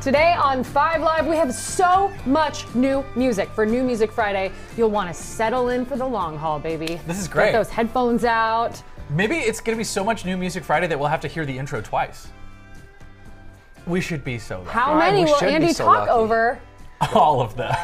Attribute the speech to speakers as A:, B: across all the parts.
A: Today on Five Live, we have so much new music. For New Music Friday, you'll want to settle in for the long haul, baby.
B: This is great.
A: Get those headphones out.
B: Maybe it's going to be so much new music Friday that we'll have to hear the intro twice. We should be so lucky.
A: How
C: God,
A: many
C: we
A: will
C: should be
A: Andy
C: so
A: talk
C: lucky.
A: over?
B: All of them.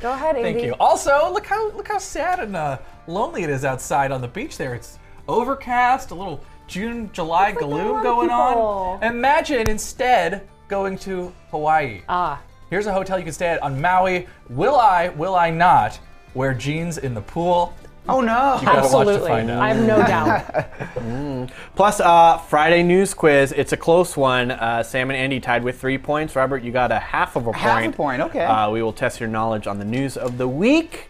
A: Go ahead, Andy.
B: Thank you. Also, look how look how sad and uh, lonely it is outside on the beach. There, it's overcast, a little June July
A: It's like a
B: gloom
A: lot of
B: going
A: people.
B: on. Imagine instead going to Hawaii.
A: Ah,
B: Here's a hotel you can stay at on Maui. Will I? Will I not? Wear jeans in the pool.
C: Oh no!
B: gotta watch to
A: absolutely.
B: find out.
A: I have no doubt.
C: Plus, uh, Friday news quiz. It's a close one. Uh, Sam and Andy tied with three points. Robert, you got a half of a point.
D: Half a point, okay.
C: Uh, we will test your knowledge on the news of the week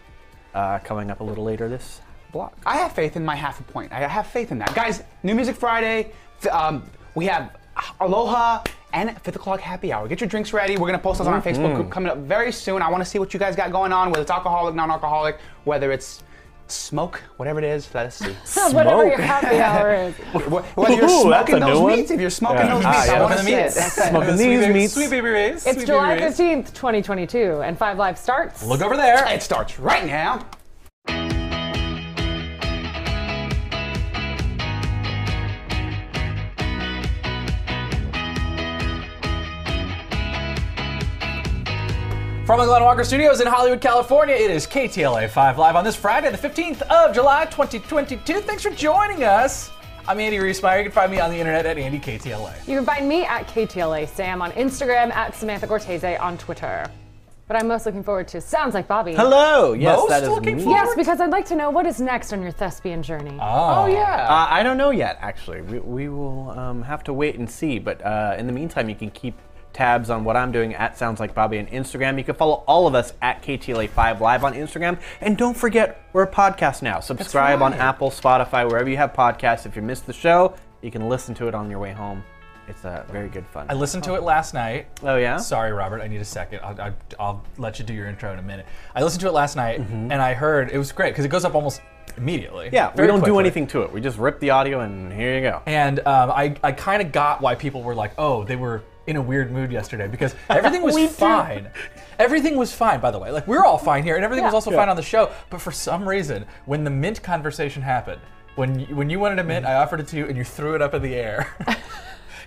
C: uh, coming up a little later this block.
D: I have faith in my half a point. I have faith in that. Guys, New Music Friday, f- um, we have Aloha and 5 o'clock happy hour. Get your drinks ready. We're going to post those on our
C: Mm-hmm.
D: Facebook group coming up very soon. I want to see what you guys got going on, whether it's alcoholic, non alcoholic, whether it's smoke, whatever it is, let us see.
A: Whatever your happy hour is.
D: Wh- whether you're
C: Ooh, that's
D: smoking
C: a
D: those
C: new one.
D: meats, if you're smoking
C: Yeah.
D: those
C: Ah,
D: meats,
C: yeah.
D: I want
B: Smoking
D: to
B: the
D: see
B: meats.
D: it. That's it.
C: Smoking
B: Sweet
C: these
B: baby,
C: meats.
B: Sweet baby rays.
A: It's
B: sweet
A: July
B: baby rays.
A: 15th, 2022, and Five Live starts.
B: Look over there.
D: It starts right now.
B: From the Glenn Walker Studios in Hollywood, California, it is KTLA 5 Live on this Friday, the 15th of July, 2022. Thanks for joining us. I'm Andy Reesmeyer. You can find me on the internet at AndyKTLA.
C: Oh,
A: You can find me at KTLA Sam on Instagram, at Samantha Cortese on Twitter. But I'm most looking forward to Sounds Like Bobby.
C: Hello. Yes,
B: Most
C: that is
B: looking
C: me.
B: for-
A: Yes, because I'd like to know what is next on your thespian journey.
B: Oh,
D: Yeah.
C: Uh, I don't know yet, actually. We, we will um, have to wait and see. But uh, in the meantime, you can keep tabs on what I'm doing at Sounds Like Bobby on Instagram. You can follow all of us at KTLA5 Live on Instagram. And don't forget, we're a podcast now. Subscribe on
D: right.
C: Apple, Spotify, wherever you have podcasts. If you missed the show, you can listen to it on your way home. It's uh, very good fun.
B: I listened to it last night.
C: Oh, yeah?
B: Sorry, Robert. I need a second. I'll, I'll, I'll let you do your intro in a minute. I listened to it last night, and I heard it was great because it goes up almost immediately.
C: Mm-hmm. yeah, we
B: Very
C: don't do
B: quickly.
C: anything to it. We just rip the audio, and here you go.
B: And um, I, I kind of got why people were like, oh, they were in a weird mood yesterday because everything was
C: We do.
B: fine. Everything was fine, by the way. Like, we were all fine here, and everything was
A: Yeah.
B: also fine on the show. But for some reason, when the mint conversation happened, when you, when you wanted a mint, I offered it to you, and you threw it up in the air.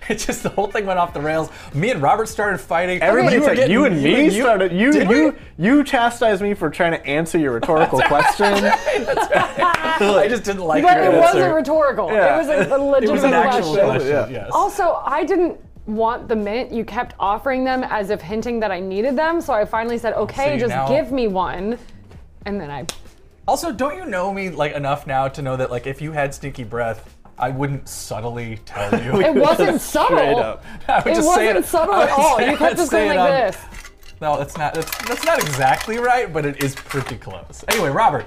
B: It just the whole thing went off the rails. Me and Robert started fighting.
C: Everybody,
B: You were
C: said
B: getting-
C: you and me
B: you-
C: started. You
B: Did we?
C: you you chastised me for trying to answer your rhetorical question.
B: I just didn't like
A: but
B: your
A: it
B: answer.
A: wasn't rhetorical.
C: Yeah.
A: It was a, a legitimate
B: It was an actual
A: question.
B: question.
C: Yeah.
B: Yes.
A: Also, I didn't want the mint. You kept offering them as if hinting that I needed them. So I finally said, okay,
B: you
A: just
B: now-
A: give me one. And then I.
B: Also, don't you know me like enough now to know that like if you had stinky breath, I wouldn't subtly tell you.
A: It wasn't
C: Straight
A: subtle.
C: up.
B: I would
A: It
B: just say
A: wasn't subtle
B: I would
A: at all.
B: say-
A: You kept
B: I'd
A: just
B: say
A: going like
B: it on-
A: this.
B: No, that's not that's, that's not exactly right, but it is pretty close. Anyway, Robert,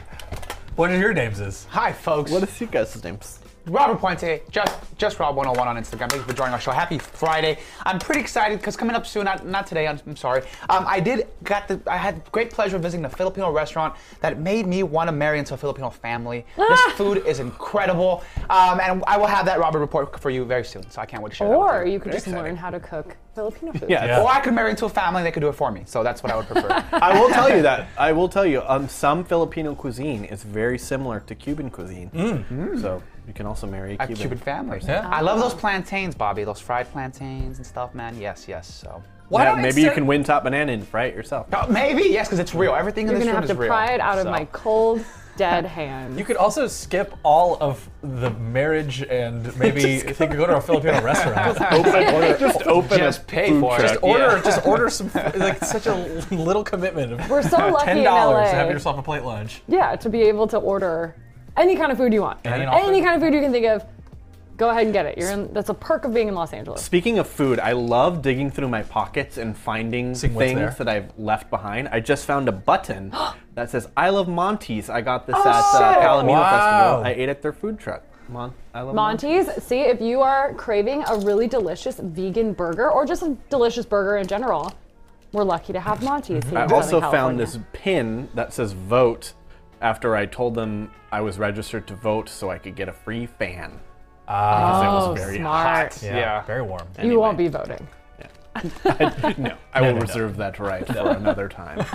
B: what are your names is?
D: Hi, folks.
C: What is you guys' names?
D: Robert Puente, just just Rob101 on Instagram. Thank you for joining our show. Happy Friday! I'm pretty excited because coming up soon, not, not today. I'm, I'm sorry. Um, I did got the I had great pleasure of visiting a Filipino restaurant that made me want to marry into a Filipino family. This
A: Ah.
D: food is incredible, um, and I will have that Robert report for you very soon. So I can't wait to share that. with
A: Or you could
B: Very
A: just
B: exciting.
A: learn how to cook Filipino food.
C: Yeah.
B: Yeah.
D: Or I could marry into a family that could do it for me. So that's what I would prefer.
C: I will tell you that. I will tell you. Um, some Filipino cuisine is very similar to Cuban cuisine.
B: Mm.
C: Mm. So you can also marry a
D: A
C: Cuban.
D: Cuban family.
B: Yeah.
D: I love those plantains, Bobby. Those fried plantains and stuff, man. Yes, yes. So.
B: Why
C: Yeah,
B: don't
C: maybe you
B: instead-
C: can win top banana and fry it yourself.
D: Uh, maybe yes, because it's real. Everything
A: You're
D: in this
A: gonna
D: room
A: have
D: is
A: to
D: real.
A: pry it out of
D: so.
A: my cold, dead hand.
B: You could also skip all of the marriage and maybe I think go to a Filipino restaurant.
C: Open, just open.
D: Just pay for it.
C: Just
B: Just order,
D: Yeah.
B: just order some. Like such a little commitment. Of
A: We're so lucky in
B: Ten dollars
A: LA.
B: to have yourself a plate lunch.
A: yeah, to be able to order any kind of food you want.
B: Any and all
A: any
B: food.
A: kind of food you can think of. Go ahead and get it. You're in. That's a perk of being in Los Angeles.
C: Speaking of food, I love digging through my pockets and finding
B: Seeing what's there.
C: things that I've left behind. I just found a button that says "I love Monty's." I got this at
A: Oh, shit.
C: uh, Palomino
B: Wow.
C: Festival. I ate at their food truck. Mon- I love
A: Monty's. See if you are craving a really delicious vegan burger or just a delicious burger in general. We're lucky to have Monty's. Here
C: I
A: in
C: also
A: Southern
C: found
A: California.
C: this pin that says vote after I told them I was registered to vote so I could get a free fan.
B: Ah,
C: It
A: Oh,
C: was very
A: smart.
C: hot.
B: yeah,
D: yeah.
B: very warm.
A: You won't be
C: Anyway.
A: voting.
C: no, I will reserve that right for another time.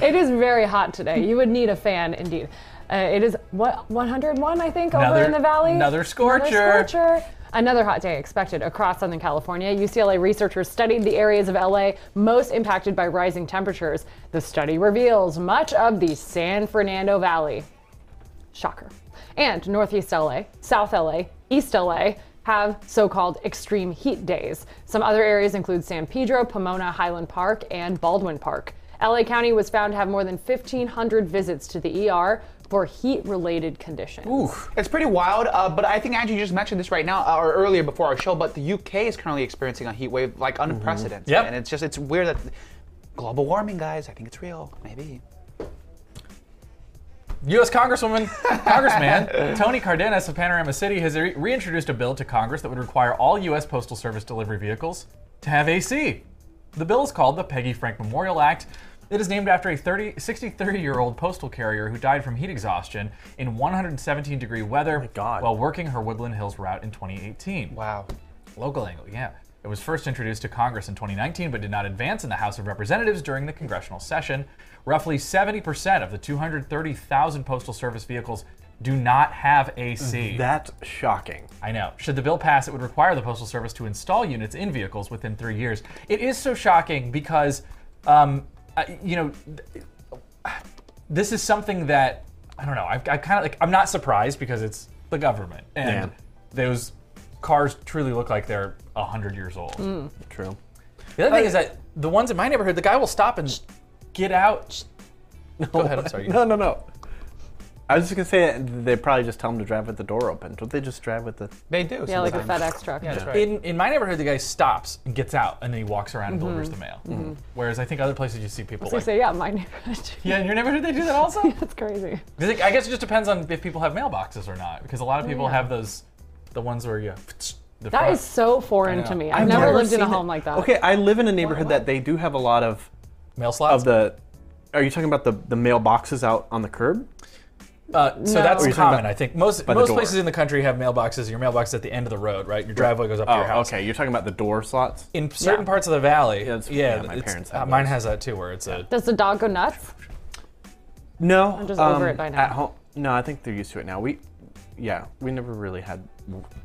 A: It is very hot today. You would need a fan, indeed. Uh, it is what 101, I think, over
B: Another-
A: in the valley.
B: another scorcher.
A: Another scorcher. Another hot day expected across Southern California. UCLA researchers studied the areas of LA most impacted by rising temperatures. The study reveals much of the San Fernando Valley. Shocker. And Northeast LA, South LA, East LA have so called extreme heat days. Some other areas include San Pedro, Pomona, Highland Park, and Baldwin Park. LA County was found to have more than 1,500 visits to the ER for heat related conditions.
D: It's pretty wild, uh, but I think Andrew you just mentioned this right now uh, or earlier before our show. But the UK is currently experiencing a heat wave like unprecedented,
B: Mm-hmm. Yep.
D: and it's just it's weird that global warming, guys. I think it's real, maybe.
B: U.S. Congresswoman, Congressman Tony Cardenas of Panorama City has re- reintroduced a bill to Congress that would require all U.S. Postal Service delivery vehicles to have AC. The bill is called the Peggy Frank Memorial Act. It is named after a 30, 63-year-old postal carrier who died from heat exhaustion in 117-degree weather
C: God.
B: while working her Woodland Hills route in 2018.
D: Wow.
B: Local angle, yeah. It was first introduced to Congress in 2019, but did not advance in the House of Representatives during the congressional session. Roughly 70% of the 230,000 Postal Service vehicles do not have AC.
C: That's shocking.
B: I know. Should the bill pass, it would require the Postal Service to install units in vehicles within three years. It is so shocking because, um, I, you know, th- this is something that I don't know. I, I kind of like. I'm not surprised because it's the government, and
C: Yeah.
B: those cars truly look like they're hundred years old.
C: True.
B: The other thing is that the ones in my neighborhood, the guy will stop and get out. Go ahead. I'm sorry.
C: No, no, no. I was just gonna say that they probably just tell them to drive with the door open. Don't they just drive with the?
D: They do.
A: Yeah, like a
D: sometimes.
A: FedEx truck.
D: Yeah, that's right.
B: In, in my neighborhood, the guy stops and gets out, and then he walks around and delivers the mail. Whereas I think other places you see people
A: So you
B: like
A: say, yeah, my neighborhood.
B: Yeah, in your neighborhood they do that also.
A: That's crazy.
B: Do you think- I guess it just depends on if people have mailboxes or not, because a lot of people have those, the ones where you. The
A: That
B: front.
A: is so foreign
B: know.
A: to me.
B: I've
A: I've, never,
B: never
A: lived in a
C: seen it.
A: home like that.
C: Okay, I live in a neighborhood that they do have a lot of
B: mail slots.
C: of the. Are you talking about the the mailboxes out on the curb?
B: uh, so
A: No. Or
B: that's
A: you're talking
B: common,
C: about-
B: I think. Most
C: the
B: most
C: door.
B: places in the country have mailboxes. Your mailbox is at the end of the road, right? Your driveway goes up to your house.
C: Oh, okay. You're talking about the door slots.
B: In certain parts of the valley,
C: Yeah, it's- yeah, my
B: it's-
C: parents have
B: uh, mine
C: those.
B: has that too, where it's a.
A: Does the dog go nuts?
C: No, I'm
A: just over it by now.
C: At home, no, I think they're used to it now. We, yeah, we never really had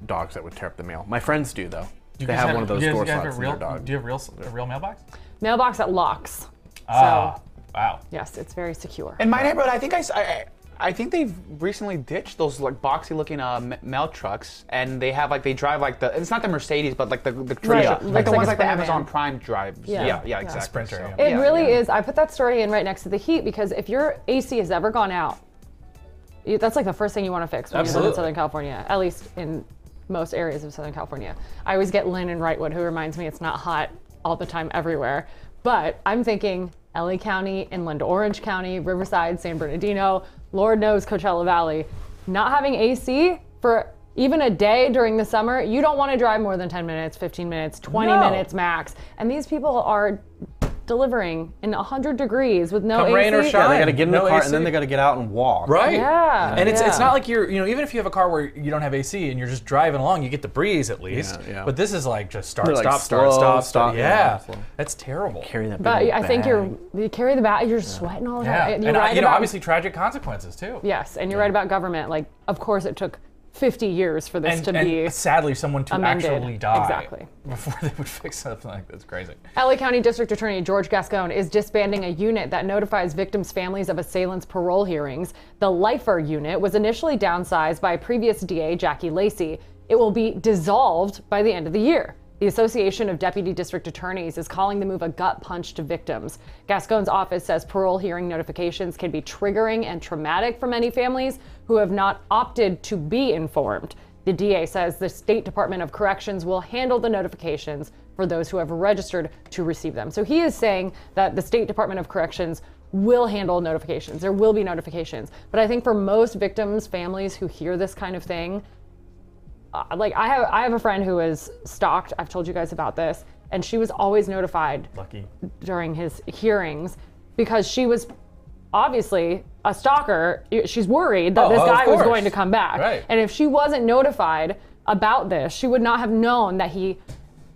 C: dogs that would tear up the mail. My friends do though.
B: Do you
C: they
B: guys
C: have, one of
B: do
C: those
B: you guys-
C: door
B: you guys have a
C: slots in
B: real,
C: their dog.
B: Do you have real a real mailbox?
A: Mailbox that locks.
B: Ah,
A: So,
B: wow.
A: yes, it's very secure.
D: In my neighborhood, I think I, s- I- I- I think they've recently ditched those like boxy-looking uh, m- mail trucks, and they have like they drive like the it's not the Mercedes, but like the the
A: Right,
D: Triumph.
A: it
D: like
A: looks
D: the
A: like
D: ones
A: a
D: like the
A: Sprinter
D: Amazon
A: van.
D: Prime drives.
A: Yeah.
D: Yeah, yeah,
A: Yeah.
D: exactly.
B: Sprinter,
D: So,
B: yeah.
A: It
D: yeah,
A: really
D: yeah.
A: is. I put that story in right next to the heat because if your AC has ever gone out, you, that's like the first thing you want to fix when you live
B: Absolutely.
A: in Southern California, at least in most areas of Southern California. I always get Lynn and Wrightwood, who reminds me it's not hot all the time everywhere. But I'm thinking LA County, inland Orange County, Riverside, San Bernardino, Lord knows Coachella Valley. Not having AC for even a day during the summer, you don't want to drive more than 10 minutes, 15 minutes, 20
B: No.
A: minutes max. And these people are delivering in 100 degrees with no
B: Come
A: AC.
B: rain or shine.
C: yeah, they got to get in
B: No
C: the car
B: AC.
C: and then they got to get out and walk.
B: Right.
A: Yeah,
B: And it's it's
A: yeah.
B: not like you're you know even if you have a car where you don't have AC and you're just driving along, you get the breeze at least.
C: Yeah, yeah.
B: But this is like just start,
C: They're like
B: stop, start,
C: slow,
B: stop,
C: stop,
B: stop.
C: yeah,
B: Yeah,
C: slow.
B: that's terrible.
C: Carry that.
A: But
C: big
A: I think
C: bag.
A: you're you carry the bag. You're sweating all the
B: Yeah,
A: time.
B: and
A: You're
B: uh,
A: right
B: you know
A: about-
B: obviously tragic consequences too.
A: Yes, and you're right about government. Like, of course, it took 50 years for this
B: And,
A: to
B: and
A: be.
B: sadly, someone to
A: amended.
B: actually die
A: Exactly.
B: before they would fix something like this. Crazy.
A: LA County District Attorney George Gascon is disbanding a unit that notifies victims' families of assailants' parole hearings. The Lifer unit was initially downsized by previous DA Jackie Lacey. It will be dissolved by the end of the year. The Association of Deputy District Attorneys is calling the move a gut punch to victims. Gascon's office says parole hearing notifications can be triggering and traumatic for many families who have not opted to be informed. The DA says the State Department of Corrections will handle the notifications for those who have registered to receive them. So he is saying that the State Department of Corrections will handle notifications. There will be notifications. But I think for most victims, families who hear this kind of thing, uh, like I have I have a friend who was stalked. I've told you guys about this, and she was always notified
B: Lucky.
A: during his hearings because she was obviously a stalker. She's worried that
B: Oh,
A: this
B: of
A: guy was
B: course.
A: going to come back.
B: Right.
A: And if she wasn't notified about this, she would not have known that he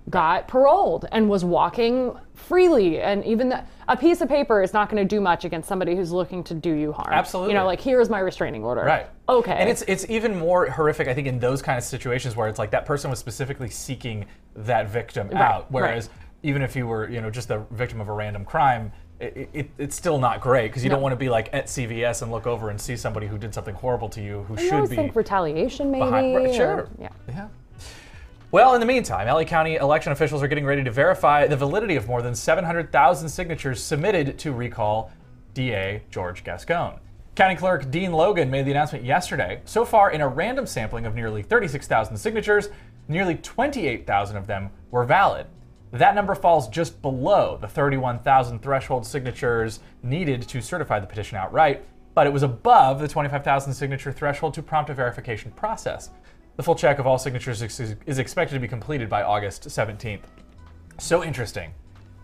A: got paroled and was walking freely. And even the, a piece of paper is not going to do much against somebody who's looking to do you harm.
B: Absolutely.
A: You know, like here is my restraining order.
B: Right.
A: Okay.
B: And it's it's even more horrific, I think, in those kind of situations where it's like that person was specifically seeking that victim out. Whereas even if you were, you know, just the victim of a random crime, it, it, it's still not great because you don't want to be like at CVS and look over and see somebody who did something horrible to you who
A: I
B: should
A: always
B: be
A: think retaliation, maybe.
B: behind. right,
A: or-
B: sure.
A: Yeah.
B: Yeah. Well, in the meantime, LA County election officials are getting ready to verify the validity of more than 700,000 signatures submitted to recall DA George Gascon. County Clerk Dean Logan made the announcement yesterday. So far, in a random sampling of nearly 36,000 signatures, nearly 28,000 of them were valid. That number falls just below the 31,000 threshold signatures needed to certify the petition outright, but it was above the 25,000 signature threshold to prompt a verification process. The full check of all signatures ex- is expected to be completed by August 17th. So interesting.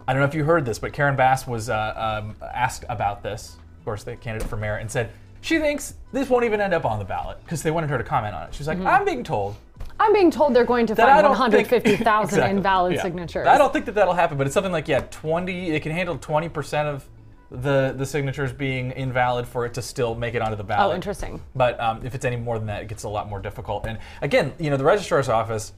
B: I don't know if you heard this, but Karen Bass was uh, um, asked about this, of course, the candidate for mayor, and said she thinks this won't even end up on the ballot because they wanted her to comment on it. She's like, I'm being told
A: I'm being told they're going to
B: that I
A: find
B: don't
A: 150,000
B: think, Exactly,
A: invalid
B: yeah.
A: signatures.
B: I don't think that that'll happen, but it's something like yeah, 20. It can handle 20 percent of the the signatures being invalid for it to still make it onto the ballot.
A: Oh, interesting.
B: But um, if it's any more than that, it gets a lot more difficult. And again, you know, the registrar's office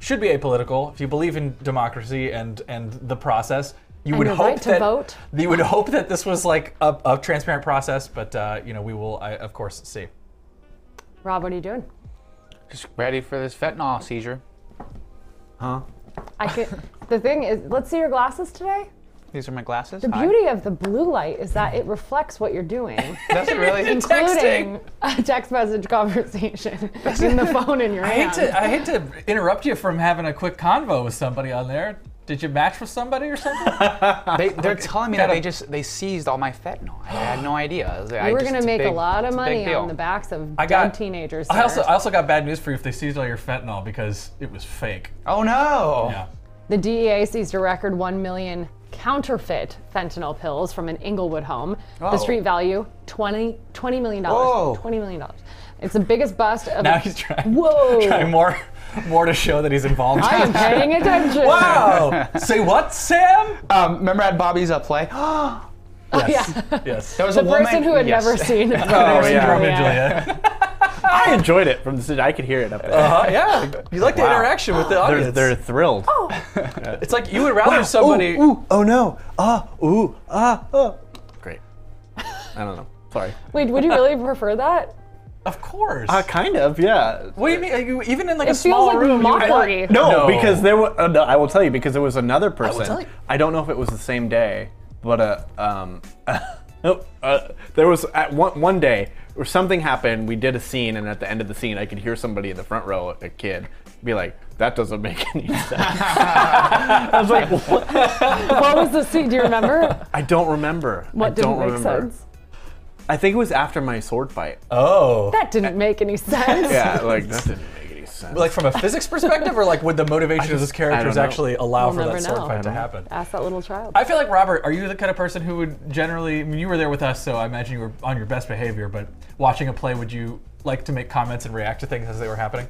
B: should be apolitical. If you believe in democracy and and the process, you
A: And
B: would
A: the
B: hope
A: right to
B: that
A: vote.
B: you would hope that this was like a, a transparent process. But uh, you know, we will, I, of course, see.
A: Rob, what are you doing?
D: Just ready for this fentanyl seizure.
A: I could, the thing is, let's see your glasses today.
D: These are my glasses.
A: The beauty of the blue light is that it reflects what you're doing,
D: That's really.
A: including a text message conversation in the phone in your
B: I hate
A: hand.
B: to I hate to interrupt you from having a quick convo with somebody on there. Did you match with somebody or something?
D: they, they're telling me that they just they seized all my fentanyl. I had no idea. I was- I
A: you were
D: just-
A: going
D: it's
A: to make a
D: big-
A: lot of
D: it's big
A: money
D: deal.
A: on the backs of
B: I
A: dead
B: got
A: teenagers.
B: I also
A: sir.
B: I also got bad news for you if they seized all your fentanyl because it was fake.
D: Oh no!
B: Yeah.
A: the DEA seized a record 1 million counterfeit fentanyl pills from an Inglewood home. The
D: Oh.
A: street value, 20, $20 million.
D: Whoa.
A: $20 million. It's the biggest bust of.
B: Now he's trying
A: Whoa.
B: trying more more to show that he's involved.
A: I am paying attention.
B: wow. Say what, Sam?
D: Um, remember at Bobby's uh, play? there
A: Yeah.
B: yes.
D: was
A: The
D: a woman.
A: person who had
D: Yes.
A: never seen it.
C: Oh, yeah.
B: Romeo and
A: Yeah.
B: Juliet.
C: I enjoyed it from the city. I could hear it up there.
B: Uh, yeah. You like the
C: Wow.
B: interaction with the
C: They're,
B: audience.
C: they're thrilled. Oh,
B: it's like you would rather somebody
C: Ooh, ooh, oh no. Ah, ooh, ah, oh. Great. I don't know. Sorry.
A: Wait, would you really prefer that?
B: Of course.
C: Uh, kind of, yeah.
B: what do you mean? Are you- even in like
A: It
B: a
A: feels
B: small
A: like
B: room, you would-
A: mockery.
B: No.
C: No, because there were. Uh, no, I will tell you because there was another person.
B: tell you.
C: I don't know if it was the same day, but uh, um, no, uh, there was at one one day where something happened. We did a scene, and at the end of the scene, I could hear somebody in the front row, a kid, be like, "That doesn't make any sense." I was like, what?
A: What was the scene? Do you remember?
C: "I don't remember. I
A: What didn't
C: don't
A: make
C: remember."
A: sense?
C: I think it was after my sword fight.
B: Oh.
A: That didn't make any sense.
C: Yeah, like that didn't make any sense.
B: like from a physics perspective, or like would the motivation of this character
C: know.
B: actually allow
A: We'll
B: for
A: never
B: that sword
A: know.
B: fight to happen?
A: Ask that little child.
B: I feel like Robert, are you the kind of person who would generally? I mean, you were there with us, so I imagine you were on your best behavior. But watching a play, would you like to make comments and react to things as they were happening?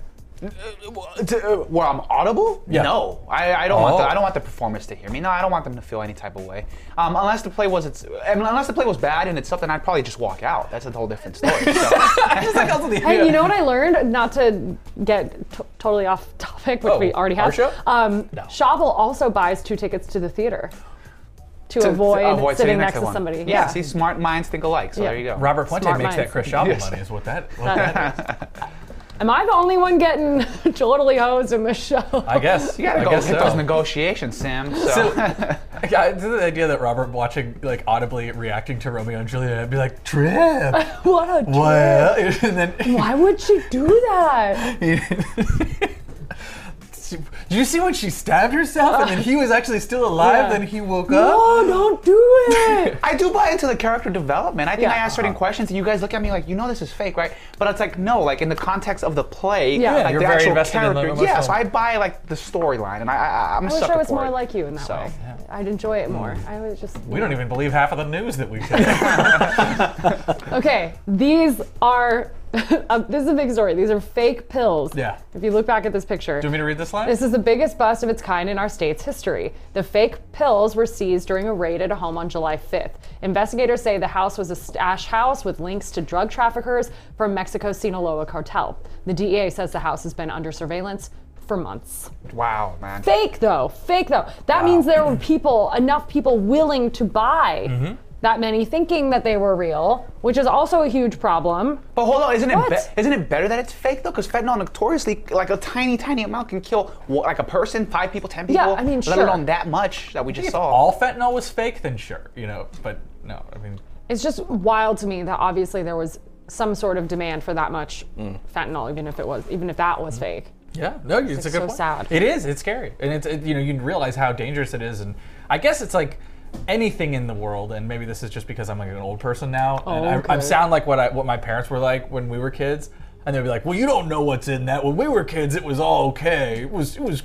D: To, uh, where I'm audible?
B: Yeah.
D: No, I, I don't want
B: Oh.
D: the, I don't want the performers to hear me. No, I don't want them to feel any type of way. Um, unless the play was it's I mean, unless the play was bad and it's something I'd probably just walk out. That's a whole different story. So.
B: I just like also the
A: Hey, you know what I learned? Not to get t- totally off topic, which
B: Oh,
A: we already
B: our
A: have.
B: show?
A: Um,
B: No.
A: Shovel also buys two tickets to the theater to,
D: to- to
A: avoid,
D: avoid
A: sitting next to,
D: one.
A: somebody.
D: Yeah, see, smart minds think alike. So
A: Yeah.
D: there you go.
B: Robert Puente
A: Smart
B: makes
A: minds.
B: that Chris Schaubel
D: Yes.
B: money is what that. What that is.
A: Am I the only one getting totally hosed in this show?
B: I guess.
D: you gotta
B: I
D: go hit
B: guess
D: those
B: so.
D: negotiations, Sam. So,
B: So, yeah, I- the idea that Robert watching, like, audibly reacting to Romeo and Juliet, I'd be like, Trip,
A: what a
B: what? And then
A: Why would she do that?
B: It's Did you see when she stabbed herself and then he was actually still
A: Yeah.
B: alive? Then he woke up.
A: No, don't do it.
D: I do buy into the character development. I think
A: Yeah. Uh-huh.
D: I ask certain questions, and you guys look at me like, you know, this is fake, right? But it's like, no, like in the context of the play,
A: Yeah. Yeah,
D: like
B: you're
D: the
B: very
D: actual
B: invested in the
D: character.
B: emotional-
D: yeah, so I buy like the storyline, and I, I, I'm a
A: I wish
D: sucker
A: I was
D: for
A: more
D: it.
A: like you in that
D: So,
A: way. I'd enjoy it more. I was just.
B: Mm. We don't even believe half of the news that we get.
A: Okay, these are. um, this is a big story. These are fake pills.
B: Yeah.
A: If you look back at this picture.
B: Do you want me to read this line?
A: This is the biggest bust of its kind in our state's history. The fake pills were seized during a raid at a home on July 5th. Investigators say the house was a stash house with links to drug traffickers from Mexico's Sinaloa cartel. The DEA says the house has been under surveillance for months.
D: wow, man.
A: Fake though, fake though. That means there were people, enough people willing to buy
B: Mm-hmm.
A: that many thinking that they were real, which is also a huge problem.
D: But hold on, isn't it
A: What?
D: be- isn't it better that it's fake though? Because fentanyl notoriously, like a tiny, tiny amount can kill wha- like a person, five people, ten people.
A: Yeah, I mean,
D: let
A: sure.
D: alone that much that we just
B: if
D: saw.
B: all fentanyl was fake, then sure, you know. But no, I mean,
A: It's just wild to me that obviously there was some sort of demand for that much
B: Mm.
A: fentanyl, even if it was, even if that was
B: Mm-hmm.
A: fake.
B: yeah, no, it's, a
A: It's
B: good
A: so
B: point.
A: sad.
B: It is. It's scary, and it's it, you know you realize how dangerous it is, and I guess it's like anything in the world, and maybe this is just because I'm like an old person now, and I, I
A: Oh, Okay.
B: sound like what I what my parents were like when we were kids, and they'd be like, "Well, you don't know what's in that. When we were kids, it was all okay. It was it was."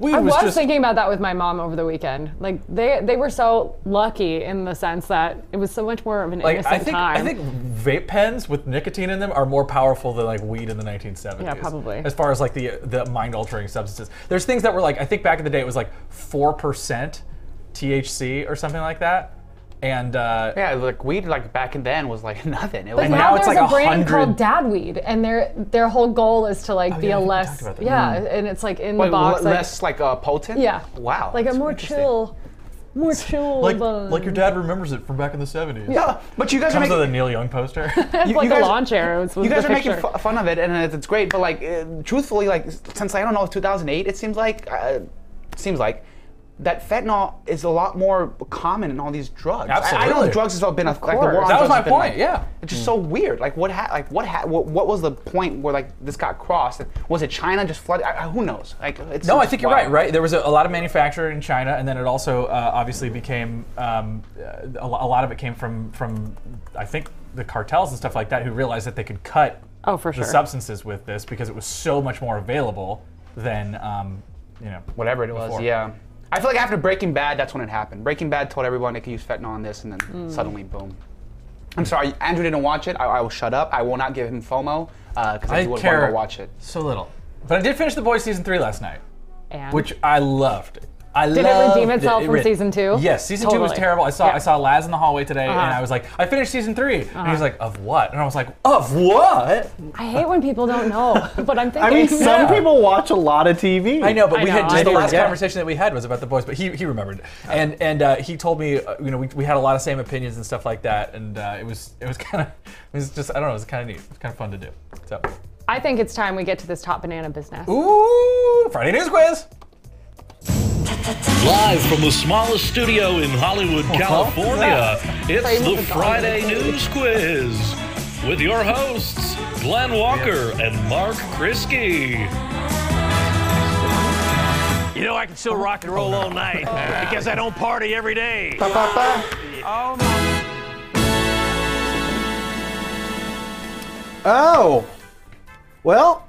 B: Weed
A: I was,
B: just
A: thinking about that with my mom over the weekend. Like they, they were so lucky in the sense that it was so much more of an
B: Like
A: innocent
B: I think
A: time.
B: I think vape pens with nicotine in them are more powerful than like weed in the 1970s.
A: Yeah, probably.
B: As far as like the the mind altering substances, there's things that were like I think back in the day it was like four percent THC or something like that, and uh,
D: yeah, like weed, like back in then was like nothing. It was
A: but
D: like,
A: now,
B: now it's
A: there's
B: like
A: a brand
B: 100
A: called Dad Weed, and their their whole goal is to like be a
B: Oh, yeah, I think we
A: less
B: talked about that. Mm-hmm.
A: yeah, and it's like in
D: like,
A: the box
D: le-
A: like,
D: less like uh, potent.
A: yeah,
D: Wow.
A: like a
D: that's
A: more
D: interesting.
A: chill, more chill.
B: like
A: bun.
B: like your dad remembers it from back in the 70s.
D: Yeah, but you guys are
B: Comes with
D: making
B: a Neil Young poster.
A: It's
D: you-
A: like
D: you
A: a
D: guys-
A: lawn chair. was- was
D: you guys
A: the
D: are making
A: picture.
D: fu- fun of it, and it's, it's great. But like, uh, truthfully, like s- since I don't know 2008, it seems like uh, seems like that fentanyl is a lot more common in all these drugs. I- I, know
B: Absolutely.
D: the drugs has all been a, like the war
A: course.
D: on
A: That
B: was
D: drugs
B: my
D: has been,
B: point,
D: like-
B: yeah. Mm.
D: it's just so weird. Like what ha- like what, ha- what what was the point where like this got crossed? Was it China just flooded? I, I- who knows? Like it's
B: No, I
D: it's
B: think you're
D: wild.
B: right. Right, there was a, a lot of manufacturing in China, and then it also uh, obviously became um, uh, a, lo- a lot of it came from from I think the cartels and stuff like that who realized that they could cut
A: Oh, for
B: the
A: sure.
B: substances with this because it was so much more available than um, you know
D: Whatever it was,
B: before.
D: yeah. I feel like after Breaking Bad, that's when it happened. Breaking Bad told everyone they could use fentanyl on this, and then suddenly, boom. I'm sorry, Andrew didn't watch it. I, I will shut up. I will not give him FOMO because I,
B: I
D: do want
B: care
D: to watch it.
B: so little, but I did finish the boys season three last night,
A: And-
B: which I loved. I
A: it
B: did
A: redeem itself from season two?
B: Yes, season two was
A: Totally.
B: terrible. I saw
A: Yeah.
B: I saw Laz in the hallway today, and
A: Uh-huh.
B: I was like, I finished season 3 and he was like, of what? And I was like, of what?
A: I hate when people don't know, but I'm thinking.
C: I mean, some
B: Yeah.
C: people watch a lot of TV.
B: I know, but
A: I
B: we
A: know, I
B: had just the
A: didn't
B: last
A: get it.
B: conversation that we had was about the boys, but he he remembered, and and uh, he told me, uh, you know, we, we had a lot of same opinions and stuff like that, and uh, it was it was kind of it was just I don't know, it was kind of neat, it was kind of fun to do. So,
A: I think it's time we get to this top banana business.
B: ooh, Friday news quiz.
E: Live from the smallest studio in Hollywood, California, it's
A: Frame of
E: the
A: the dog.
E: Friday News Quiz with your hosts, Glenn Walker and Mark Krisky. You know, I can still rock and roll all night because I don't party every day.
C: Oh, well,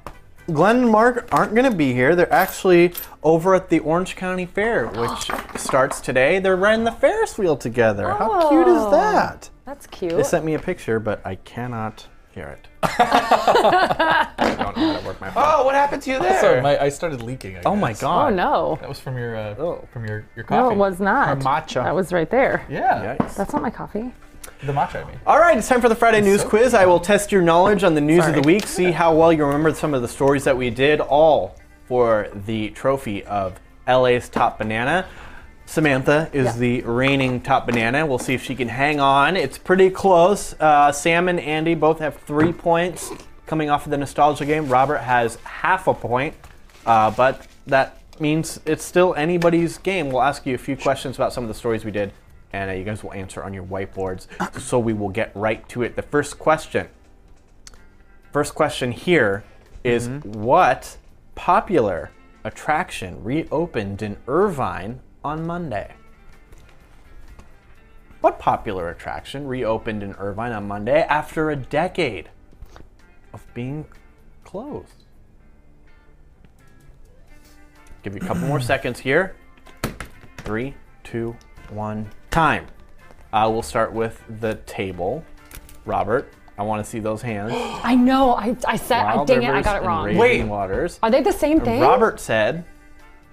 C: Glenn and Mark aren't going to be here. They're actually over at the Orange County Fair, which starts today. They're riding the Ferris wheel together. How cute is
A: Oh.
C: that?
A: That's cute.
C: They sent me a picture, but I cannot hear it. I don't know how to work my phone.
D: Oh, what happened to you there?
B: Sorry, my, I started leaking. I
C: Oh my
B: guess.
A: oh
C: god.
A: no,
B: that was from your uh,
C: Oh.
B: from your your coffee.
A: no, it was not.
D: Or matcha.
A: That was right there.
B: Yeah,
C: Yikes.
A: That's not my coffee.
B: the matcha. I mean,
C: All right, it's time for the Friday news
B: so
C: quiz. I will test your knowledge on the news of
A: Sorry.
C: the week, see how well you remember some of the stories that we did, all for the trophy of LA's top banana. Samantha is
A: Yeah.
C: the reigning top banana. We'll see if she can hang on. It's pretty close. Uh, Sam and Andy both have three points coming off of the nostalgia game. Robert has half a point, uh, but that means it's still anybody's game. We'll ask you a few questions about some of the stories we did, and uh, you guys will answer on your whiteboards. So we will get right to it. The first question. First question here is what popular attraction reopened in Irvine on Monday. What popular attraction reopened in Irvine on Monday after a decade of being closed? Give you a couple more seconds here. Three, two, one, time. Uh, we'll start with the table. Robert, I want to see those hands.
A: I know. I, I said, I,
C: Wild
A: dang it, I
C: Rivers
A: got it
C: and
A: wrong.
C: Raging
B: Wait.
C: Waters.
A: Are they the same thing?
C: Robert said,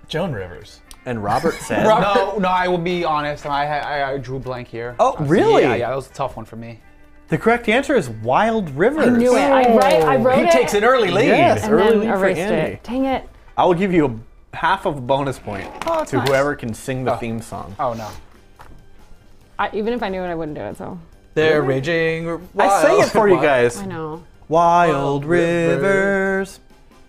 B: Joan Rivers.
C: and Robert said,
D: No, no, I will be honest. I, I, I drew a blank here. Uh,
C: Oh, really?
D: Yeah, yeah, that was a tough one for me.
C: the correct answer is Wild Rivers.
A: I knew it. I, right? I wrote
B: He
A: it.
B: takes an early lead.
C: Yes,
A: and
C: early
A: then
C: lead for
A: erased
C: Andy.
A: it. Dang it.
C: I will give you a half of a bonus point
A: Oh, it's
C: to
A: nice.
C: whoever can sing the theme song.
D: Oh no.
A: I, even if I knew it, I wouldn't do it. So
F: They're raging.
C: I sang it for you
F: wild-
C: guys.
A: I know.
C: Wild
F: Wild
C: Rivers.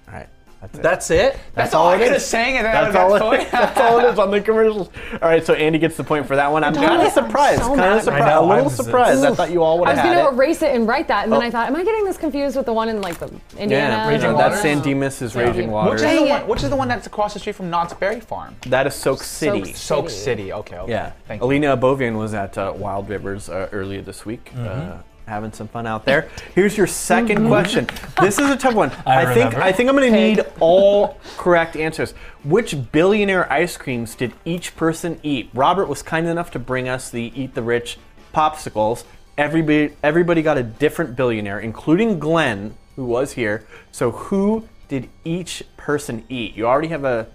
C: All right, that's it.
F: That's it.
D: That's, all, I
C: it
D: could have
C: is.
D: sang it.
C: That's all, it, that's all it is on the commercials. All right, so Andy gets the point for that one. I'm
A: Darn
C: kind
A: it,
C: of
A: I'm
C: surprised.
A: so
C: kind
A: mad
C: of
A: at
C: surprised.
B: myself.
C: A
B: I
C: little
B: was-
C: surprised. I
A: Oof.
C: thought you all would
A: I was
C: have had
A: going to
C: it. Oh.
A: erase it and write that, and then I thought, am I getting this confused with the one in like the Indiana?
C: Yeah,
A: or
C: no,
A: the-
C: that's San Dimas is
A: Which
C: Raging
D: Which
C: Waters.
D: is, the
A: Dang
D: one,
A: it.
D: which is the one that's across the street from Knott's Berry Farm?
C: That is Soak City.
A: Soak
D: Soak
A: City.
D: City. Okay. okay.
C: Yeah.
D: Thank you.
C: Alina Bovian was at uh, Wild Rivers uh, earlier this week,
D: Mm-hmm.
C: uh, having some fun out there. Here's your 2nd question. This is a tough one.
B: I
C: think
B: remember.
C: I think I'm going to
A: Pig.
C: need all correct answers. Which billionaire ice creams did each person eat? Robert was kind enough to bring us the Eat the Rich popsicles. Everybody everybody got a different billionaire, including Glenn, who was here. So who did each person eat? You already have a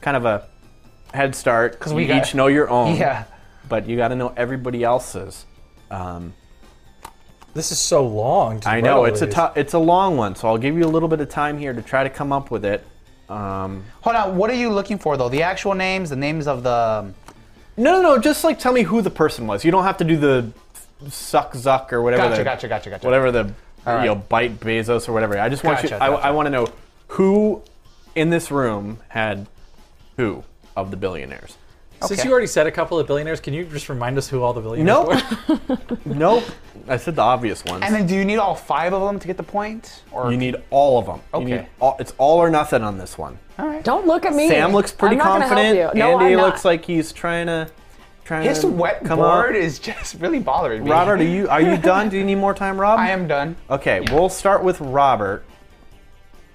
C: kind of a head start because
D: we
C: we
D: got-
C: each know your own
D: Yeah.
C: but you got to know everybody else's. Um,
F: This is so long. to
C: I
F: write all
C: know it's a
F: these.
C: tou- it's a long one, so I'll give you a little bit of time here to try to come up with it. Um,
D: Hold on. What are you looking for though? The actual names, the names of the.
C: no, no, no, just like tell me who the person was. You don't have to do the suck zuck or whatever.
D: Gotcha,
C: the,
D: gotcha, gotcha, gotcha.
C: Whatever the
D: All
C: you know
D: right.
C: bite Bezos or whatever. I just want you.
D: Gotcha,
C: I,
D: gotcha.
C: I want to know who in this room had who of the billionaires.
B: Since
D: Okay.
B: you already said a couple of billionaires, can you just remind us who all the billionaires
C: Nope.
B: were?
C: nope. I said the obvious ones.
D: And then, do you need all five of them to get the point? Or
C: you need all of them. You
D: Okay.
C: need all- it's all or nothing on this one.
A: Don't look at me.
C: Sam looks pretty
A: I'm not gonna help
C: confident.
A: you. No,
C: Andy
A: I'm not.
C: looks like he's trying to trying
D: his
C: to
D: wet
C: come
D: board
C: up.
D: is just really bothering me.
C: Robert, are you are you done? Do you need more time, Rob?
D: I am done.
C: Okay, we'll start with Robert.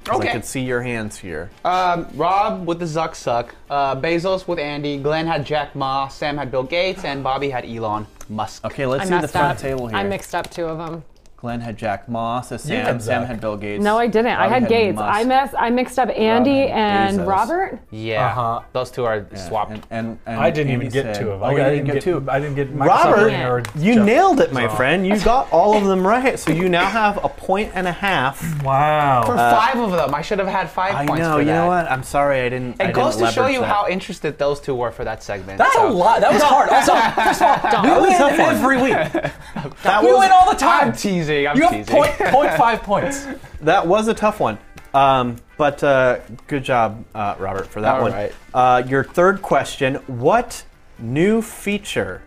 C: 'cause I
D: Okay.
C: can see your hands here.
D: Um, Rob with the Zuck Suck, uh, Bezos with Andy, Glenn had Jack Ma, Sam had Bill Gates, and Bobby had Elon Musk.
C: okay, let's
A: I
C: see the
A: messed
C: front
A: up.
C: table here.
A: I mixed up two of them.
C: Glenn had Jack Ma, so Sam
B: had
C: Sam
B: Zuck.
C: had Bill Gates.
A: No, I didn't. I
C: Bobby
A: had Gates.
C: Musk.
A: I mess. I mixed up Andy
C: Robin,
A: and
C: Bezos.
A: Robert.
D: Yeah,
B: Uh-huh.
D: those two are
C: Yeah,
D: swapped.
C: And, and, and
B: I didn't
C: Andy
B: even get
C: said-
B: two of them.
C: Oh,
B: I,
C: you
B: I
C: didn't get two.
B: I didn't get Microsoft
C: Robert,
B: Billionaire or
C: you
B: Jeff
C: nailed it, my
B: Bezos.
C: friend. You got all of them right. So you now have a point and a half.
B: Wow.
D: For five of them, I should have had five
C: uh, I
D: points
C: know.
D: for
C: You
D: that.
C: know what? I'm sorry. I didn't. I
D: It goes to
C: didn't
D: show
C: leverage
D: you
C: that.
D: how interested those two were for that segment.
F: That's a
D: so-
F: lot. That was hard. Also, first of all,
C: That
F: we
C: was a
F: win
C: tough one.
F: every week.
C: That
F: We
C: was,
F: win all the
D: I'm
F: time.
D: teasing. I'm
F: You have
D: teasing.
F: point, point five points.
C: that was a tough one. Um, but uh, good job, uh, Robert, for that
D: All
C: one.
D: right.
C: Uh, your third question: What new feature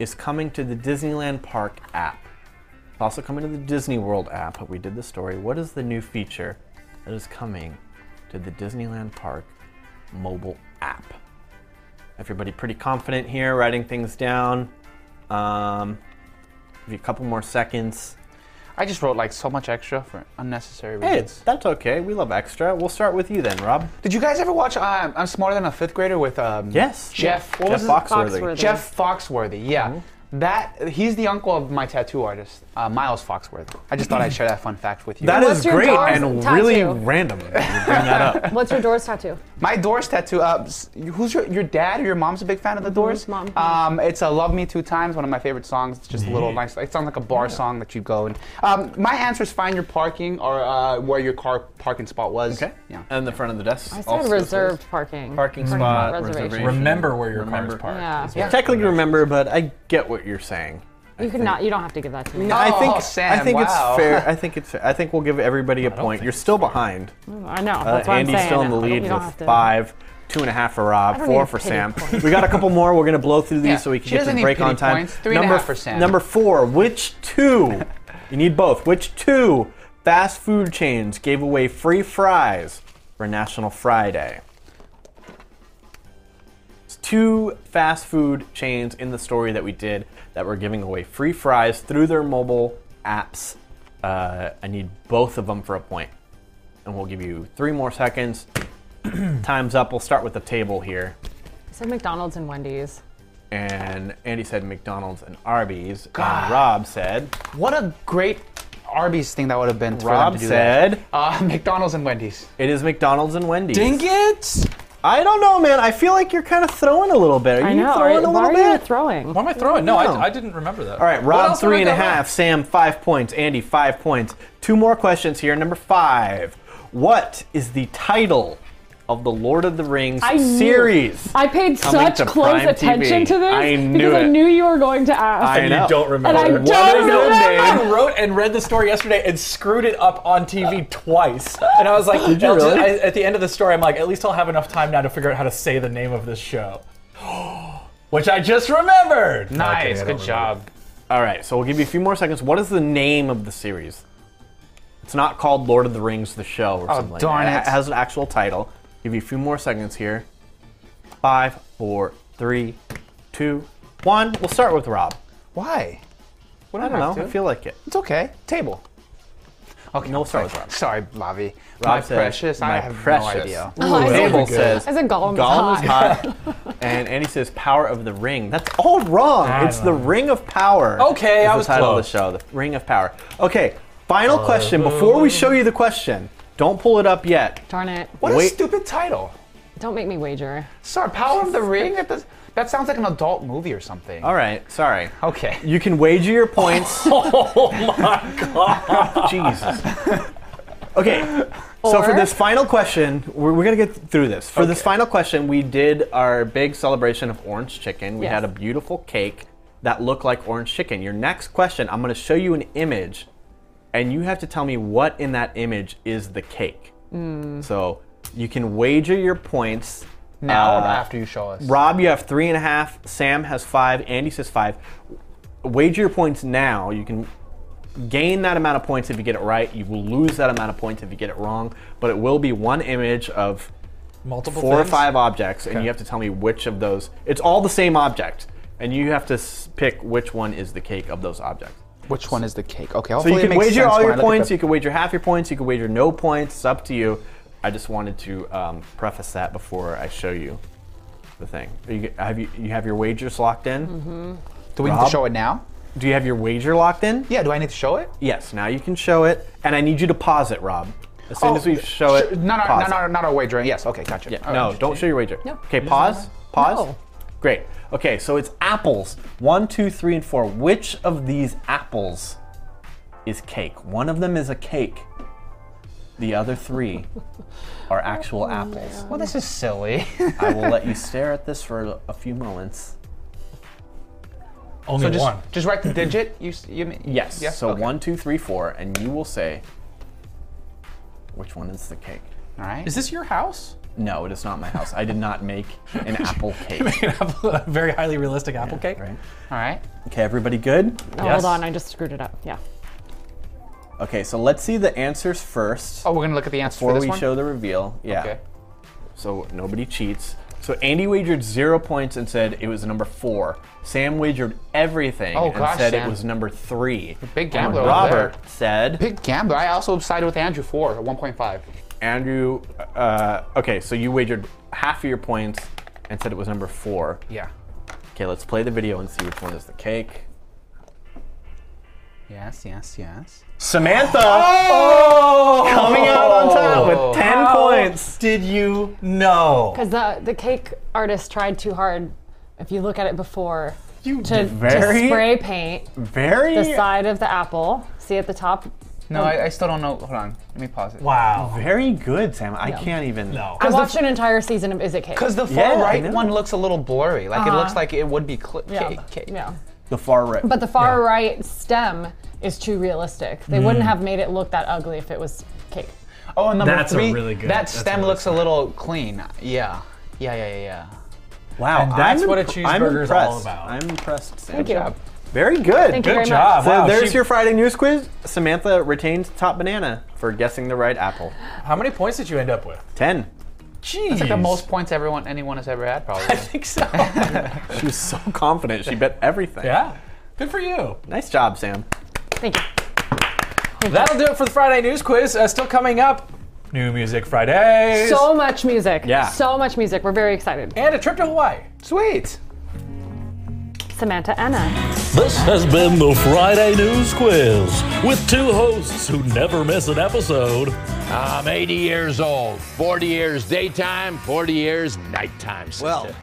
C: is coming to the Disneyland Park app? It's also coming to the Disney World app. But we did the story. What is the new feature that is coming to the Disneyland Park mobile app? Everybody pretty confident here, writing things down. Um, give you a couple more seconds.
D: I just wrote like so much extra for unnecessary
C: Hey,
D: reasons.
C: that's okay. We love extra. We'll start with you then, Rob.
D: Did you guys ever watch um, I'm Smarter Than a Fifth Grader with um,
C: Yes.
D: Jeff? What was Mm-hmm.
C: Jeff
D: his-
C: Foxworthy.
A: Foxworthy.
D: Jeff Foxworthy. Yeah, that he's the uncle of my tattoo artist, uh, Miles Foxworthy. I just thought I'd share that fun fact with you.
C: That
A: What's
C: is
A: your
C: great
A: dog's
C: and
A: tattoo?
C: really random. that you bring that up.
A: What's your Doors tattoo?
D: my Doors tattoo. Uh, s- who's your your dad or your mom's a big fan of the Doors?
A: mom.
D: Um, it's a "Love Me Two Times," one of my favorite songs. It's just a little nice. It sounds like a bar song that you go and. Um, my answer is find your parking or uh, where your car parking spot was.
C: Okay.
D: Yeah.
C: And the front of the desk.
A: I said
C: also says
A: reserved parking.
C: Parking spot
A: reservation.
C: reservation.
B: Remember where your
C: Remember.
B: car is parked.
A: Yeah.
B: is
A: Yeah.
B: what-
C: Technically remember, but I get what you're saying.
A: You could not. You don't have to give that to me.
C: I think
D: Sam,
C: I think
D: wow.
C: it's fair. I think it's fair. I think we'll give everybody a point. You're still behind.
A: I know.
C: Uh,
A: Mm, That's what
C: Andy's
A: I'm saying.
C: still in the
A: I don't- you
C: lead
A: don't
C: with
A: have to-
C: five, two and a half for
A: I
C: Rob,
A: don't
C: four
A: need
C: for
A: pity
C: Sam.
A: points.
C: We got a couple more. We're gonna blow through these
D: Yeah,
C: so we can
D: she
C: get to
D: doesn't
C: the
D: need
C: break on
D: pity
C: time.
D: points. Three and a
C: number
D: half for Sam.
C: number four. Which two? you need both. Which two fast food chains gave away free fries for National Friday? two fast food chains in the story that we did that were giving away free fries through their mobile apps. Uh, I need both of them for a point. And we'll give you three more seconds. Time's up. We'll start with the table here.
A: said McDonald's and Wendy's.
C: And Andy said McDonald's and Arby's. And Rob said,
D: What a great Arby's thing that would have been. for them
C: Rob
D: to do that.
C: said,
D: Uh, McDonald's and Wendy's.
C: it is McDonald's and Wendy's.
F: Ding it!
C: I don't know, man. I feel like you're kind of throwing a little bit. Are
A: I
C: you
A: know.
C: throwing
A: right?
C: a
A: Why
C: little
A: are you
C: bit?
A: throwing?
B: Why am I throwing? No,
C: No.
B: I, I didn't remember that.
C: All right,
B: What
C: Rob
B: else have I
C: three and a
B: got left?
C: half, Sam five points, Andy five points. Two more questions here. Number five. What is the title of the Lord of the Rings
A: I knew-
C: series?
A: I paid
C: Coming
A: such
C: to
A: close
C: Prime
A: attention
C: TV.
A: to this
C: I knew
A: because I
C: it.
A: knew you were going to ask.
C: I
A: and
C: know.
A: I
B: What
A: don't
B: is your
A: remember.
B: name? I wrote and read the story yesterday and screwed it up on TV twice. And I was like,
C: you
B: I'll just-
C: really?
B: I- at the end of the story, I'm like, at least I'll have enough time now to figure out how to say the name of this show. Which I just remembered.
D: Nice, good job.
C: All right, so we'll give you a few more seconds. What is the name of the series? It's not called Lord of the Rings the show or something like
D: Oh, darn
C: that.
D: it.
C: has an actual title. Give you a few more seconds here. Five, four, three, two, one. We'll start with Rob.
D: Why?
C: I don't know.
D: have
C: I
D: to.
C: feel like it.
D: It's okay. Table. Okay.
C: No, we'll start with Rob.
D: Sorry, Lavi. my
C: Rob says,
D: precious. I
C: "My
D: have
C: precious."
D: no idea.
A: Oh, I said-
C: Table says,
A: I said Gollum was
C: Gollum
A: hot.
C: is hot. and Andy says, Power of the Ring. That's all wrong. it's the Ring of Power.
B: Okay,
C: is
B: I
C: the
B: was
C: title
B: close.
C: of the show. The Ring of Power. Okay, final question
D: Oh.
C: before we show you the question. Don't pull it up yet.
A: Darn it.
D: What
C: Wait.
D: a stupid title.
A: Don't make me wager.
D: Sorry, Power of the Ring? That, does, that sounds like an adult movie or something.
C: All right, sorry.
D: Okay.
C: You can wager your points.
B: Oh my god.
C: Jesus. Okay. so for
A: Or-
C: this final question, we're, we're gonna get through this. For this final question, we did our big celebration of orange chicken. We
A: Yes.
C: had a beautiful cake that looked like orange chicken. Your next question, I'm gonna show you an image, and you have to tell me what in that image is the cake.
A: Hmm.
C: So you can wager your points.
D: Now or
C: Uh,
D: after you show us.
C: Rob, you have three and a half. Sam has five. Andy says five. Wager your points now. You can gain that amount of points if you get it right. You will lose that amount of points if you get it wrong. But it will be one image of
B: Multiple
C: four or
B: things?
C: five objects, and you have to tell me which of those. It's all the same object, and you have to s- pick which one is the cake of those objects.
D: Which one is the cake? Okay,
C: So
D: hopefully
C: you
D: it
C: can
D: makes
C: wager
D: sense
C: all
D: when I
C: your
D: look at
C: points.
D: the-
C: You can wager half your points. You can wager no points. It's up to you. I just wanted to um, preface that before I show you the thing. Are you, have you you have your wagers locked in?
D: Mm-hmm. Do we need
C: Rob?
D: to show it now?
C: Do you have your wager locked in?
D: Yeah, do I need to show it?
C: Yes. Now you can show it, and I need you to pause it, Rob. As soon as we show
D: Oh, sh-
C: it,
D: Not our,
C: pause
D: not,
C: it.
D: our, not our wager. Yes, okay, gotcha.
C: Yeah,
D: All
C: no,
D: right.
C: don't show your wager. Okay, pause. Pause.
A: No.
C: Great. Okay, so it's apples. One, two, three, and four. Which of these apples is cake? One of them is a cake. The other three are actual apples.
D: Well, this is silly.
C: I will let you stare at this for a few moments.
B: Only
D: just,
B: one.
D: just write the digit. You, s- you mean?
C: Yes.
D: Yes.
C: So
D: okay.
C: one, two, three, four, and you will say which one is the cake.
D: All right.
B: Is this your house?
C: No, it is not my house. I did not make an apple cake.
B: a very highly realistic apple cake.
C: Right?
D: All right.
C: Okay, everybody good?
A: Oh,
B: Yes.
A: Hold on, I just screwed it up. Yeah.
C: Okay, so let's see the answers first.
D: Oh, we're gonna look at the answer
C: Before
D: for this
C: we
D: one.
C: show the reveal, yeah.
D: Okay.
C: So nobody cheats. So Andy wagered zero points and said it was number four. Sam wagered everything
D: Oh,
C: and
D: gosh,
C: said it
D: Sam.
C: was number three.
D: Big gambler.
C: And
D: over there.
C: Robert said
D: Big gambler. I also sided with Andrew Four at 1.5.
C: Andrew. Uh, okay, so you wagered half of your points and said it was number four.
D: Yeah.
C: Okay, let's play the video and see which one is the cake.
D: Yes. Yes. Yes.
C: Samantha
D: Oh!
C: Oh! coming out on top with ten points.
B: Did you know?
A: Because the, the cake artist tried too hard, if you look at it before,
C: You
A: to, to
C: very,
A: spray paint
C: very
A: the side of the apple. See at the top?
D: No, I, I still don't know. Hold on. Let me pause it.
B: Wow.
C: Very good, Sam. Oh, I can't even.
B: No.
A: I watched an entire season of Is It Cake?
D: Because the far
C: Yeah, I
D: right
C: know.
D: one looks a little blurry. Like it looks like it would be cl-
A: yeah.
D: ca- ca-
A: yeah.
C: The far right.
A: But the far right stem is too realistic. They
C: Mm.
A: wouldn't have made it look that ugly if it was cake.
D: Oh, and number
B: That's a
D: three.
B: really good-
D: That
B: that's
D: stem
B: really
D: looks a little clean. Yeah. Yeah. Yeah. Yeah. yeah.
C: wow,
B: And that's
C: I'm
B: what a
C: impre- I'm
B: cheeseburger is all
C: impressed.
B: about.
C: I'm impressed, Sam.
A: Thank you.
D: job.
C: Very good.
A: Thank you
B: Good
A: very much.
B: job.
C: So
B: wow,
C: there's
B: she-
C: your Friday news quiz. Samantha retains top banana for guessing the right apple.
B: How many points did you end up with?
C: Ten.
G: Jeez.
D: It's like the most points everyone anyone has ever had, probably.
G: I think so.
C: She was so confident. She bet everything.
H: Yeah. Good for you.
C: Nice job, Sam.
A: Thank you.
H: That'll do it for the Friday news quiz. Uh, still coming up, new music Fridays
A: So much music.
C: Yeah.
A: So much music. We're very excited.
H: and a trip to Hawaii.
D: Sweet.
A: Samantha Anna.
E: This has been the Friday News Quiz with two hosts who never miss an episode.
I: I'm 80 years old. 40 years daytime, 40 years nighttime. Sister.
J: Well,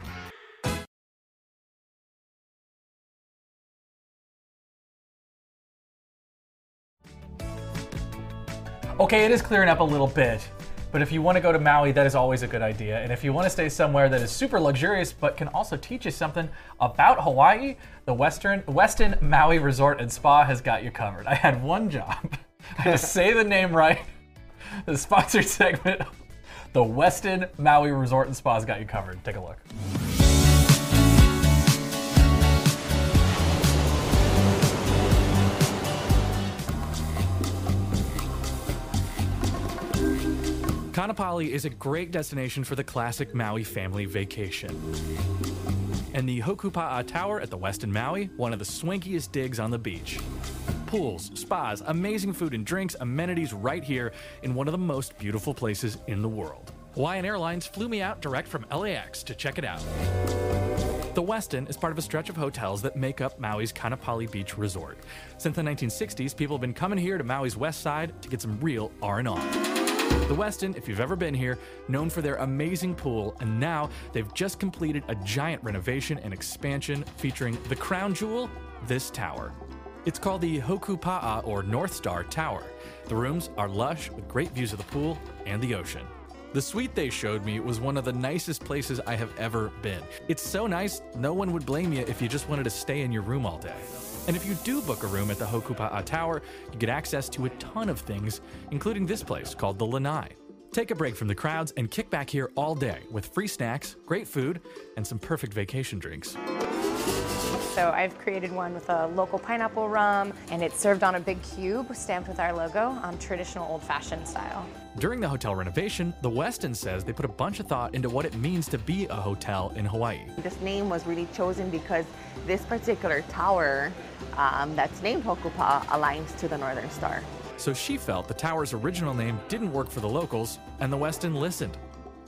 H: Okay, it is clearing up a little bit, but if you want to go to Maui, that is always a good idea. And if you want to stay somewhere that is super luxurious but can also teach you something about Hawaii, the Western Weston Maui Resort and Spa has got you covered. I had one job. I had to say the name right. The sponsored segment, the Weston Maui Resort and Spa has got you covered. Take a look.
B: Kanapali is a great destination for the classic Maui family vacation. And the Hokupa'a Tower at the Westin Maui, one of the swankiest digs on the beach. Pools, spas, amazing food and drinks, amenities right here in one of the most beautiful places in the world. Hawaiian Airlines flew me out direct from LAX to check it out. The Westin is part of a stretch of hotels that make up Maui's Kanapali Beach Resort. Since the 1960s, people have been coming here to Maui's west side to get some real R&R. The Westin, if you've ever been here, known for their amazing pool, and now they've just completed a giant renovation and expansion featuring the crown jewel, this tower. It's called the Hokupa'a or North Star Tower. The rooms are lush with great views of the pool and the ocean. The suite they showed me was one of the nicest places I have ever been. It's so nice, no one would blame you if you just wanted to stay in your room all day. And if you do book a room at the Hokupa'a Tower, you get access to a ton of things, including this place called the Lanai. Take a break from the crowds and kick back here all day with free snacks, great food, and some perfect vacation drinks.
K: So I've created one with a local pineapple rum, and it's served on a big cube stamped with our logo, um, traditional old fashioned style.
B: During the hotel renovation, the Westin says they put a bunch of thought into what it means to be a hotel in Hawaii.
L: This name was really chosen because this particular tower um, that's named Hokupa aligns to the Northern Star.
B: So she felt the tower's original name didn't work for the locals, and the Westin listened.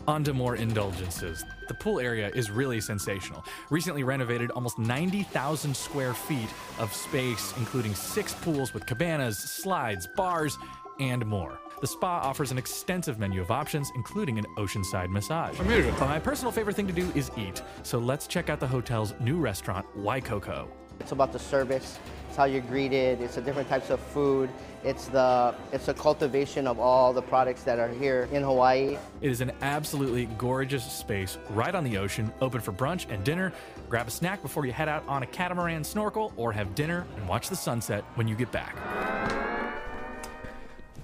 B: On to more indulgences. The pool area is really sensational. Recently renovated almost 90,000 square feet of space, including six pools with cabanas, slides, bars, and more. The spa offers an extensive menu of options, including an oceanside massage. But my personal favorite thing to do is eat, so let's check out the hotel's new restaurant, Waikoko.
L: It's about the service. It's how you're greeted. It's the different types of food. It's the it's the cultivation of all the products that are here in Hawaii.
B: It is an absolutely gorgeous space right on the ocean, open for brunch and dinner. Grab a snack before you head out on a catamaran snorkel or have dinner and watch the sunset when you get back.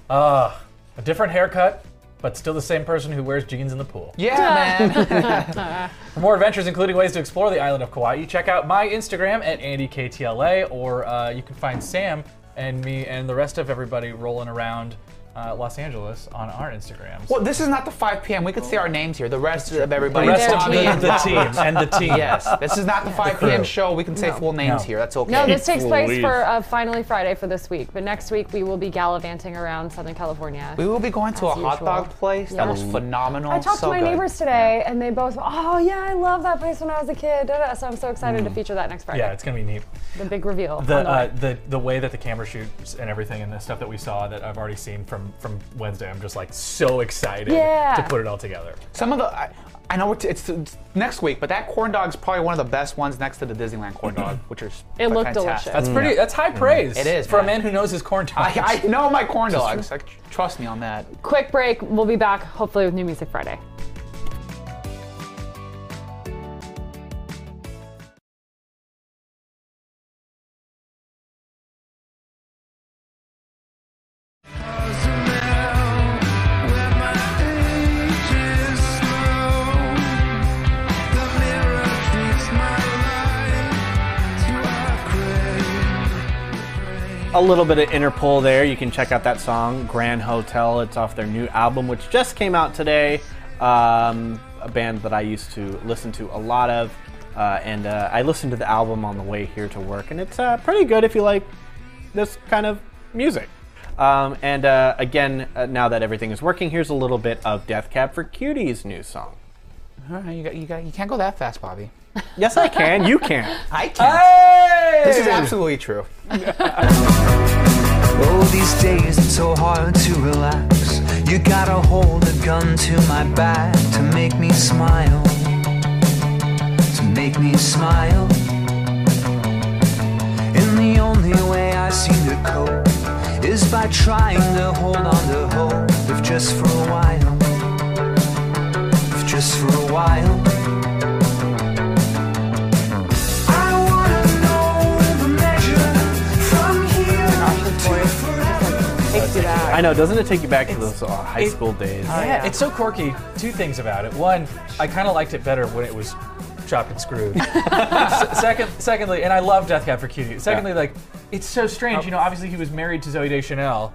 H: Ah, A different haircut, but still the same person who wears jeans in the pool.
D: Yeah, man.
H: For more adventures, including ways to explore the island of Kauai, check out my Instagram at AndyKTLA, or uh, you can find Sam and me and the rest of everybody rolling around uh, Los Angeles on our Instagrams.
D: Well, this is not the 5 p.m. We could see our names here. The rest of everybody.
H: The rest
A: of
D: Tommy
A: the-
D: and
A: the
D: Bob.
H: team and the team.
D: Yes, this is not the 5 p.m. show. We can say full names
H: No.
D: here. That's okay.
A: No, this takes place
E: Louise.
A: for uh, finally Friday for this week, but next week we will be gallivanting around Southern California.
D: we will be going to a
A: As
D: hot
A: usual.
D: dog place that was phenomenal.
A: I talked
D: so
A: to my
D: good.
A: neighbors today, and they both, oh yeah, I love that place when I was a kid. da, da." So I'm so excited to feature that next Friday.
H: yeah, it's gonna be neat.
A: The big reveal.
H: The,
A: on the
H: uh,
A: way.
H: the the way that the camera shoots and everything and the stuff that we saw that I've already seen from from Wednesday, I'm just like so excited
A: Yeah.
H: to put it all together.
D: Some of the. I, I know it's, it's, it's next week, but that corn dog is probably one of the best ones next to the Disneyland corn dog, which is
A: It looked delicious.
D: fantastic.
H: That's pretty.
B: Mm.
H: That's high praise.
D: It is,
H: for a
D: man.
H: man who knows his corn dogs.
D: I, I know my corn dogs. Like, trust me on that.
A: Quick break. We'll be back hopefully with new music Friday.
C: A little bit of Interpol there. You can check out that song, Grand Hotel. It's off their new album, which just came out today. um, a band that I used to listen to a lot of, uh, and uh, I listened to the album on the way here to work, and it's uh, pretty good if you like this kind of music. Um, and uh, again, uh, now that everything is working, here's a little bit of Death Cab for Cutie's new song.
D: All right, you, got, you, got, you can't go that fast, Bobby.
C: Yes, I can. You can.
D: I can't. This is absolutely true.
M: Oh, these days it's so hard to relax. You gotta hold a gun to my back to make me smile. To make me smile. And the only way I seem to cope is by trying to hold on to hope, if just for a while. If just for a while. I wanna know the measure from here to forever.
C: I know. Doesn't it take you back to those uh, high school days?
B: It's so quirky. Two things about it. One, I kind of liked it better when it was chopped and screwed. S- second, secondly, and I love Death Cab for Cutie. Secondly, like it's so
H: Oh.
B: strange. You know, obviously he was married to Zoe Deschanel.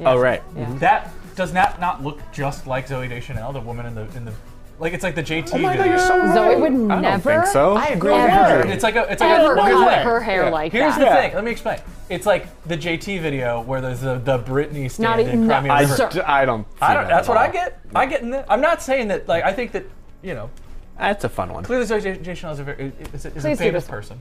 C: Oh, right.
B: That does not not look just like Zoe Deschanel, the woman in the in the. Like it's like the
D: Oh
B: JT. video.
A: Zoe would never.
B: I agree with
A: Never.
B: her. It's like a, it's like
A: ever
B: a, here's the
A: cut
B: thing.
A: her hair like
B: Here's
A: that.
B: the thing. Let me explain. It's like the JT video where there's the, the Britney
A: Not
B: standing.
A: even-
B: Cry Me a
A: I
B: River.
A: d-
C: I don't.
B: I
C: see
B: don't.
C: that
B: That's
C: at
B: what I
C: all.
B: get. I get. In the, I'm not saying that. Like I think that you know.
C: That's a fun one.
B: Clearly, Zoe J- J. Chanel is a very is a, is a
A: Please do
B: famous
A: this.
B: person.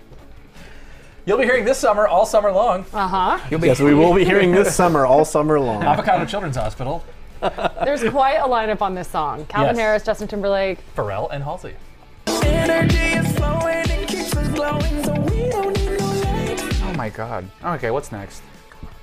B: You'll be hearing this summer, all summer long.
A: Uh huh.
C: yes, we will be hearing this summer, all summer long.
B: Avocado Children's Hospital,
A: There's quite a lineup on this song. Calvin
B: Yes.
A: Harris, Justin Timberlake.
B: Pharrell, and Halsey.
M: Energy is flowing and keeps us glowing, so we don't need no light.
D: Oh my god. Okay, what's next?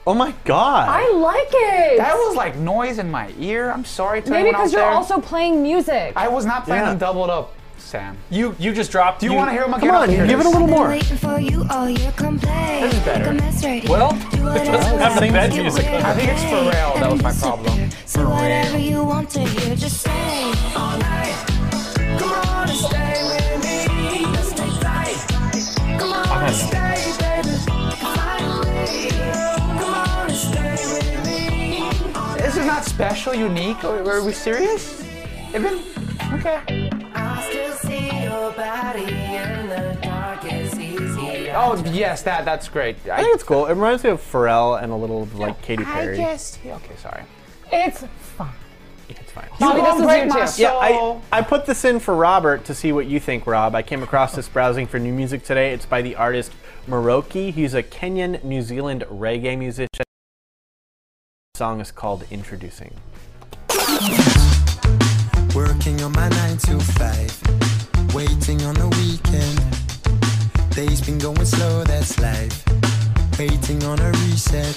C: Oh my god.
A: I like it.
D: That was like noise in my ear. I'm sorry to
A: Maybe
D: anyone
A: because
D: out
A: you're
D: there.
A: also playing music.
D: I was not planning
B: Yeah.
D: on doubled up, Sam.
B: You you just dropped.
D: Do you, want to hear my
B: Come on, give it a little more.
L: Waiting for you, all your
D: This
L: complaints.
D: is better.
B: Well, it doesn't have the bed music.
D: I think it's Pharrell. That was my problem.
L: So whatever you want to hear, just say. All night. Come on and stay with me. Let's take flight. Come on and stay, baby. Finally. Come on and stay with me.
D: This is not special, unique. Are, are we serious? Ibn? Okay.
L: I still see your body in the dark. It's easy.
D: Oh yes, that that's great.
C: I think it's cool. It reminds me of Pharrell and a little of like Katy Perry.
D: just. Okay, sorry.
A: It's fine.
C: It's
A: Bobby, this is
D: break
A: you
D: my
A: too.
D: soul.
C: Yeah, I, I put this in for Robert to see what you think, Rob. I came across this browsing for new music today. It's by the artist Maroki. He's a Kenyan New Zealand reggae musician. The song is called Introducing.
N: Working on my 9 to 5, waiting on the weekend. Days been going slow, that's life. Waiting on a reset.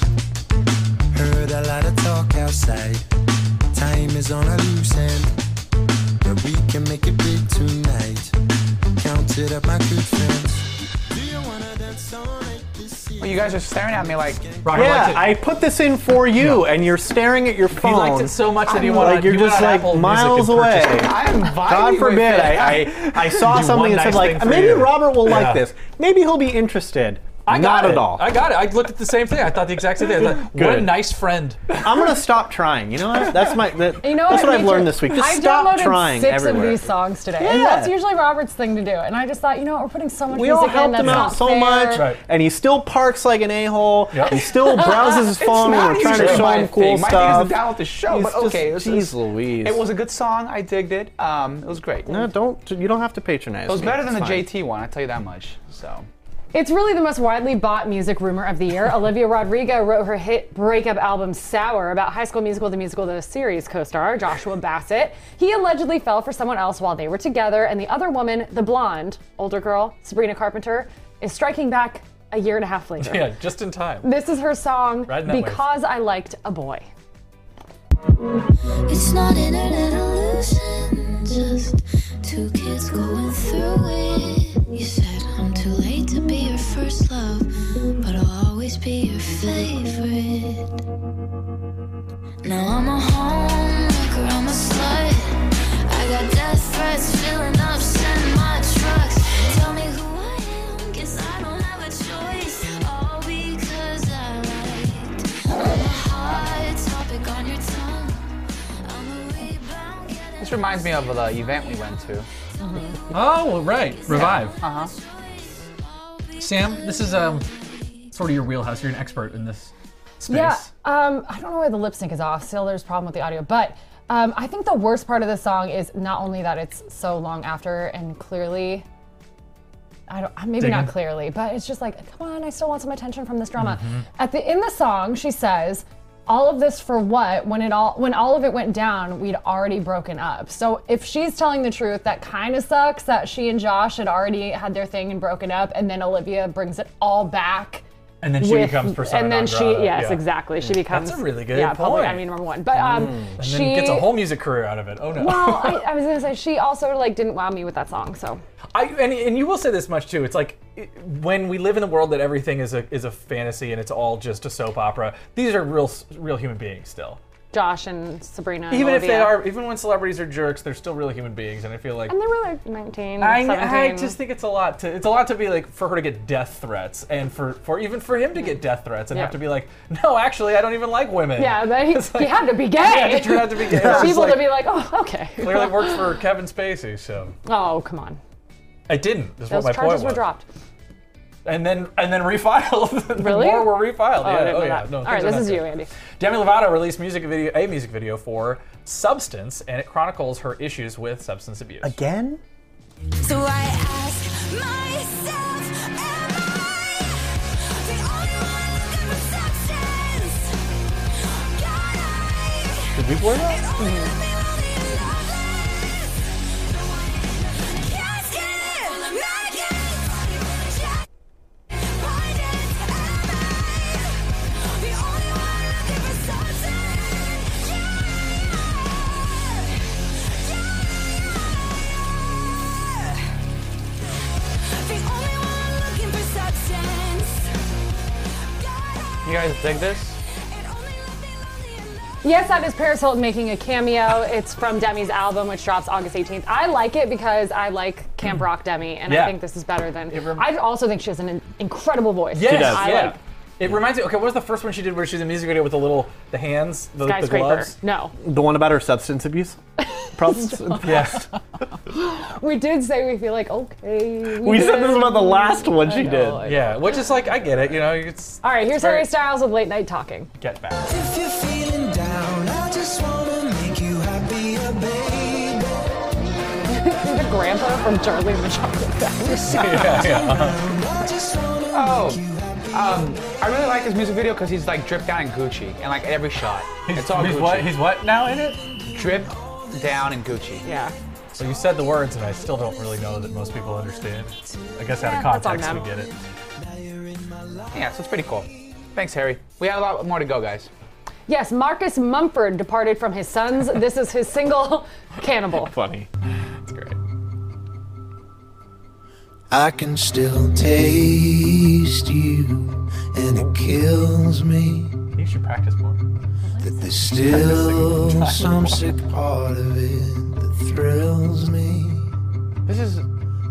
N: Heard a lot of talk outside. Time is on a loose end. But we can make it big tonight. Counted up my good friends. Do you wanna dance all night this year?
D: Well, you guys are staring at me like.
C: yeah, I put this in for you, and you're staring at your phone.
D: liked it so much that he
C: I'm
D: went on-
C: like, you're
D: he went
C: just
D: on
C: like
D: Apple Music
C: miles
D: and
C: away.
D: purchased it. I am
C: God
D: vibing
C: forbid.
D: with it.
C: I, I, I saw
D: Do
C: something
D: one
C: and said
D: nice
C: like
D: thing for
C: maybe
D: you.
C: Robert will
B: Yeah.
C: like this. Maybe he'll be interested.
B: I got
C: Not
B: it.
C: at all.
B: I got it. I looked at the same thing. I thought the exact same thing. I thought, what a
C: Good.
B: nice friend.
C: I'm gonna stop trying. You know what? That's my. That,
A: You know
C: that's what
A: me
C: I've
A: too.
C: learned this week. Just
A: I
C: stop
A: downloaded
C: trying
A: six
C: everywhere.
A: of these songs today, and
C: Yeah.
A: that's usually Robert's thing to do. And I just thought, you know what, we're putting so much
C: We
A: music
C: all
A: in
C: helped
A: that's
C: him out
A: not
C: so
A: fair.
C: much, and he still parks like an a-hole.
B: Yep.
C: He still browses his
D: It's
C: phone when
D: not
C: we're trying to
D: usually
C: show
D: my
C: him
D: thing.
C: cool
D: My thing
C: stuff.
D: isn't down with the show,
C: He's
D: but
C: just-
D: okay, this
C: Jeez
D: is-
C: Louise.
D: It was a good song. I digged it. Um, it was great.
C: No, don't. You don't have to patronize.
D: It was
C: me.
D: better than
C: It's
D: the
C: fine.
D: JT one. I tell you that much. So.
A: It's really the most widely bought music rumor of the year. Olivia Rodrigo wrote her hit breakup album Sour about High School Musical, the musical, the series co star Joshua Bassett. He allegedly fell for someone else while they were together, and the other woman, the blonde, older girl, Sabrina Carpenter, is striking back a year and a half later.
B: Yeah, just in time.
A: This is her song,
B: Riding that wave.
A: Because I Liked a Boy.
L: It's not internet illusion, just two kids going through it. You said I'm too late to be your first love, but I'll always be your favorite. Now I'm a homemaker, I'm a slut. I got death threats, filling up, send my trucks. Tell me who I am, guess I don't have a choice. All because I liked. I'm a hot topic on your tongue. I'm a rebound, get it.
D: This reminds me of the event we went to.
O: Oh, well, right. Revive.
A: Uh-huh.
D: Uh huh.
O: Sam, this is um, sort of your wheelhouse. You're an expert in this space.
A: Yeah, um, I don't know why the lip sync is off. Still, there's a problem with the audio, but um, I think the worst part of the song is not only that it's so long after and clearly. I don't, uh, maybe
P: Digging.
A: not clearly, but it's just like, come on, I still want some attention from this drama. At the in the song, she says, "All of this for what? When it all when all of it went down, we'd already broken up." So if she's telling the truth, that kind of sucks. That she and Josh had already had their thing and broken up, and then Olivia brings it all back.
B: And then she becomes persona
A: And then
B: non
A: she,
B: grata,
A: yes,
B: yeah.
A: exactly. She
B: Mm.
A: becomes
B: That's a really good
A: yeah, public
B: point. Mm.
A: enemy number one. But um,
B: and
A: she
B: then gets a whole music career out of it. Oh no.
A: well, I, I was gonna say she also like didn't wow me with that song. So
B: I and, and you will say this much too. It's like it- when we live in the world that everything is a is a fantasy and it's all just a soap opera. These are real s- real human beings still.
A: Josh and Sabrina, and
B: even if they
A: Olivia.
B: are, even when celebrities are jerks, they're still real human beings. And I feel like
A: and they were like 19,
B: I,
A: 17.
B: I just think it's a lot to it's a lot to be like for her to get death threats and for for even for him to get death threats and
A: Mm-hmm. Yeah.
B: have to be like, no, actually, I don't even like women.
A: yeah, they, he,
B: It's like-
A: he had to be gay.
B: Yeah, he turned out to be
A: For
B: gay. It's just
A: people
B: like-
A: to be like, oh, okay.
B: clearly worked for Kevin Spacey. So
A: Oh, come on.
B: it didn't. That's
A: Those
B: what my point
A: charges
B: was.
A: were dropped.
B: And then and then refiled.
A: Really?
B: More were refiled.
A: Oh, I
B: yeah.
A: didn't
B: oh
A: know
B: yeah.
A: that.
B: No,
A: All
B: things
A: right,
B: are
A: this
B: not
A: is
B: good.
A: you, Andy.
B: Demi Lovato released music video a music video for Substance, and it chronicles her issues with substance abuse.
C: Again?
L: So I ask myself, am I the only one with good perceptions? God, I
C: Did we blur
L: it
C: that?
L: only let me lonely lovers. Can't get it, not get it. Just find it. Am I the only one with good perceptions? Yeah, yeah. The only one looking for substance.
D: You guys dig this?
A: Yes, that is Paris Hilton making a cameo. It's from Demi's album, which drops August 18th. I like it because I like Camp Rock Demi, and I
B: Yeah.
A: think this is better than. I also think she has an in- incredible voice.
B: Yes,
A: I
B: yeah.
A: like
B: it reminds me. Okay, what was the first one she did where she's in a music video with the little the hands, the, the
A: skyscraper.
B: gloves?
A: No,
C: The one about her substance abuse problems?
B: yes.
A: we did say we feel like okay.
C: We said this
A: did.
C: about the last one she
A: I know,
C: did.
A: I know.
B: Yeah, which is like I get it. You know, it's
A: All right, here's
B: it's very-
A: Harry Styles with Late Night Talking.
B: Get back.
N: If you're feeling down, I just wanna make you happier, baby.
A: the grandpa from Charlie and the Chocolate Factory.
D: Yeah,
N: Oh.
D: Um, I really like this music video because he's like dripped down in Gucci and like every shot. it's all
B: he's
D: Gucci.
B: what- he's what now in it?
D: Drip down in Gucci.
A: Yeah.
B: So you said the words, and I still don't really know that most people understand. I guess out of
D: Yeah, that's on
B: context we
D: them.
B: get it.
D: Yeah, so it's pretty cool. Thanks, Harry. We have a lot more to go, guys.
A: Yes, Marcus Mumford departed from his sons. This is his single, Cannibal.
C: Funny.
N: I can still taste you, and it kills me.
B: You should practice more.
N: That there's still some sick part of it that thrills me.
D: This is.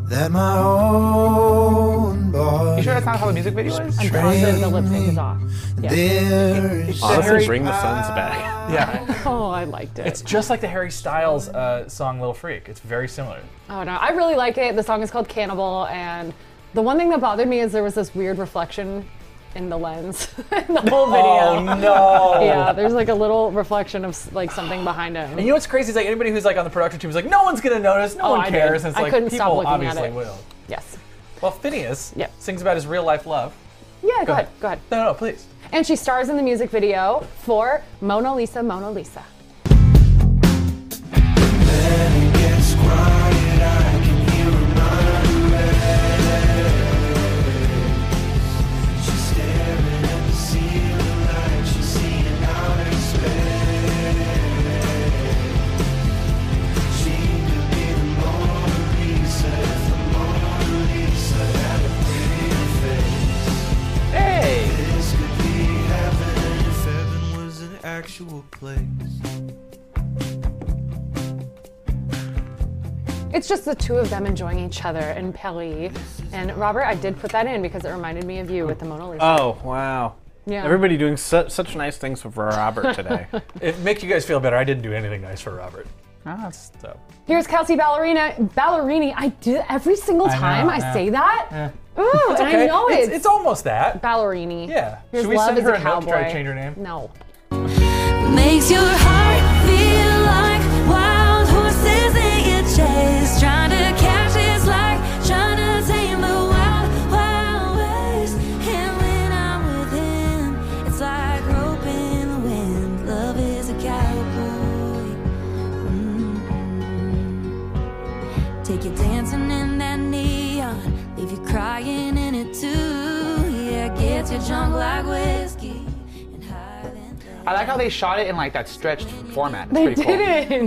N: That my own body.
D: You sure that's not how the music video is?
N: I'm positive the lip sync is
A: off.
N: There is
C: Honestly, bring the suns back.
B: Ah. Yeah.
A: oh, I liked it.
B: It's just like the Harry Styles uh, song "Little Freak." It's very similar.
A: Oh no, I really like it. The song is called Cannibal, and the one thing that bothered me is there was this weird reflection in the lens in the whole
B: Oh,
A: video.
B: no.
A: Yeah, there's like a little reflection of s- like something behind him.
B: And you know what's crazy is like anybody who's like on the production team is like, no one's gonna notice, no
A: Oh,
B: one
A: I did.
B: cares. And it's
A: I
B: like
A: couldn't
B: people
A: stop looking at
B: obviously
A: it.
B: will.
A: Yes.
B: Well, Phineas sings about his real life love.
A: Yeah, go,
B: Go
A: ahead.
B: ahead.
A: Go ahead.
B: No, no, please.
A: And she stars in the music video for Mona Lisa, Mona Lisa.
N: Gets quiet, I can hear her murmur. She's staring at the ceiling like she's seeing outer space. She could be the Mona Lisa if the Mona Lisa had a pretty face.
D: Hey!
N: This could be heaven if heaven was an actual place.
A: It's just the two of them enjoying each other and Pelly. And Robert, I did put that in because it reminded me of you with the Mona
B: Uh,
A: Lisa.
C: Oh, wow.
A: Yeah.
C: Everybody doing su- such nice things for Robert today.
B: it makes you guys feel better. I didn't do anything nice for Robert.
D: Ah, that's dope.
A: Here's Kelsey Ballerina. Ballerini. I do every single
B: I know,
A: time I,
B: yeah.
A: say that.
B: Yeah.
A: Ooh,
B: It's
A: and I
B: okay.
A: know
B: It's-
A: it's,
B: it's almost that.
A: Ballerini.
B: Yeah.
A: Here's
B: Should we
A: love
B: send
A: is a
B: her a note and
A: cowboy.
B: try to change her name?
A: No.
L: Makes your heart feel like wild horses they get chased. Trying to catch is like trying to tame the wild, wild ways. And when I'm with him, it's like rope in the wind. Love is a cowboy. Mm. Take you dancing in that neon, leave you crying in it too. Yeah, get you drunk like whiskey.
D: I like how they shot it in like that stretched format. It's
A: They
D: pretty cool.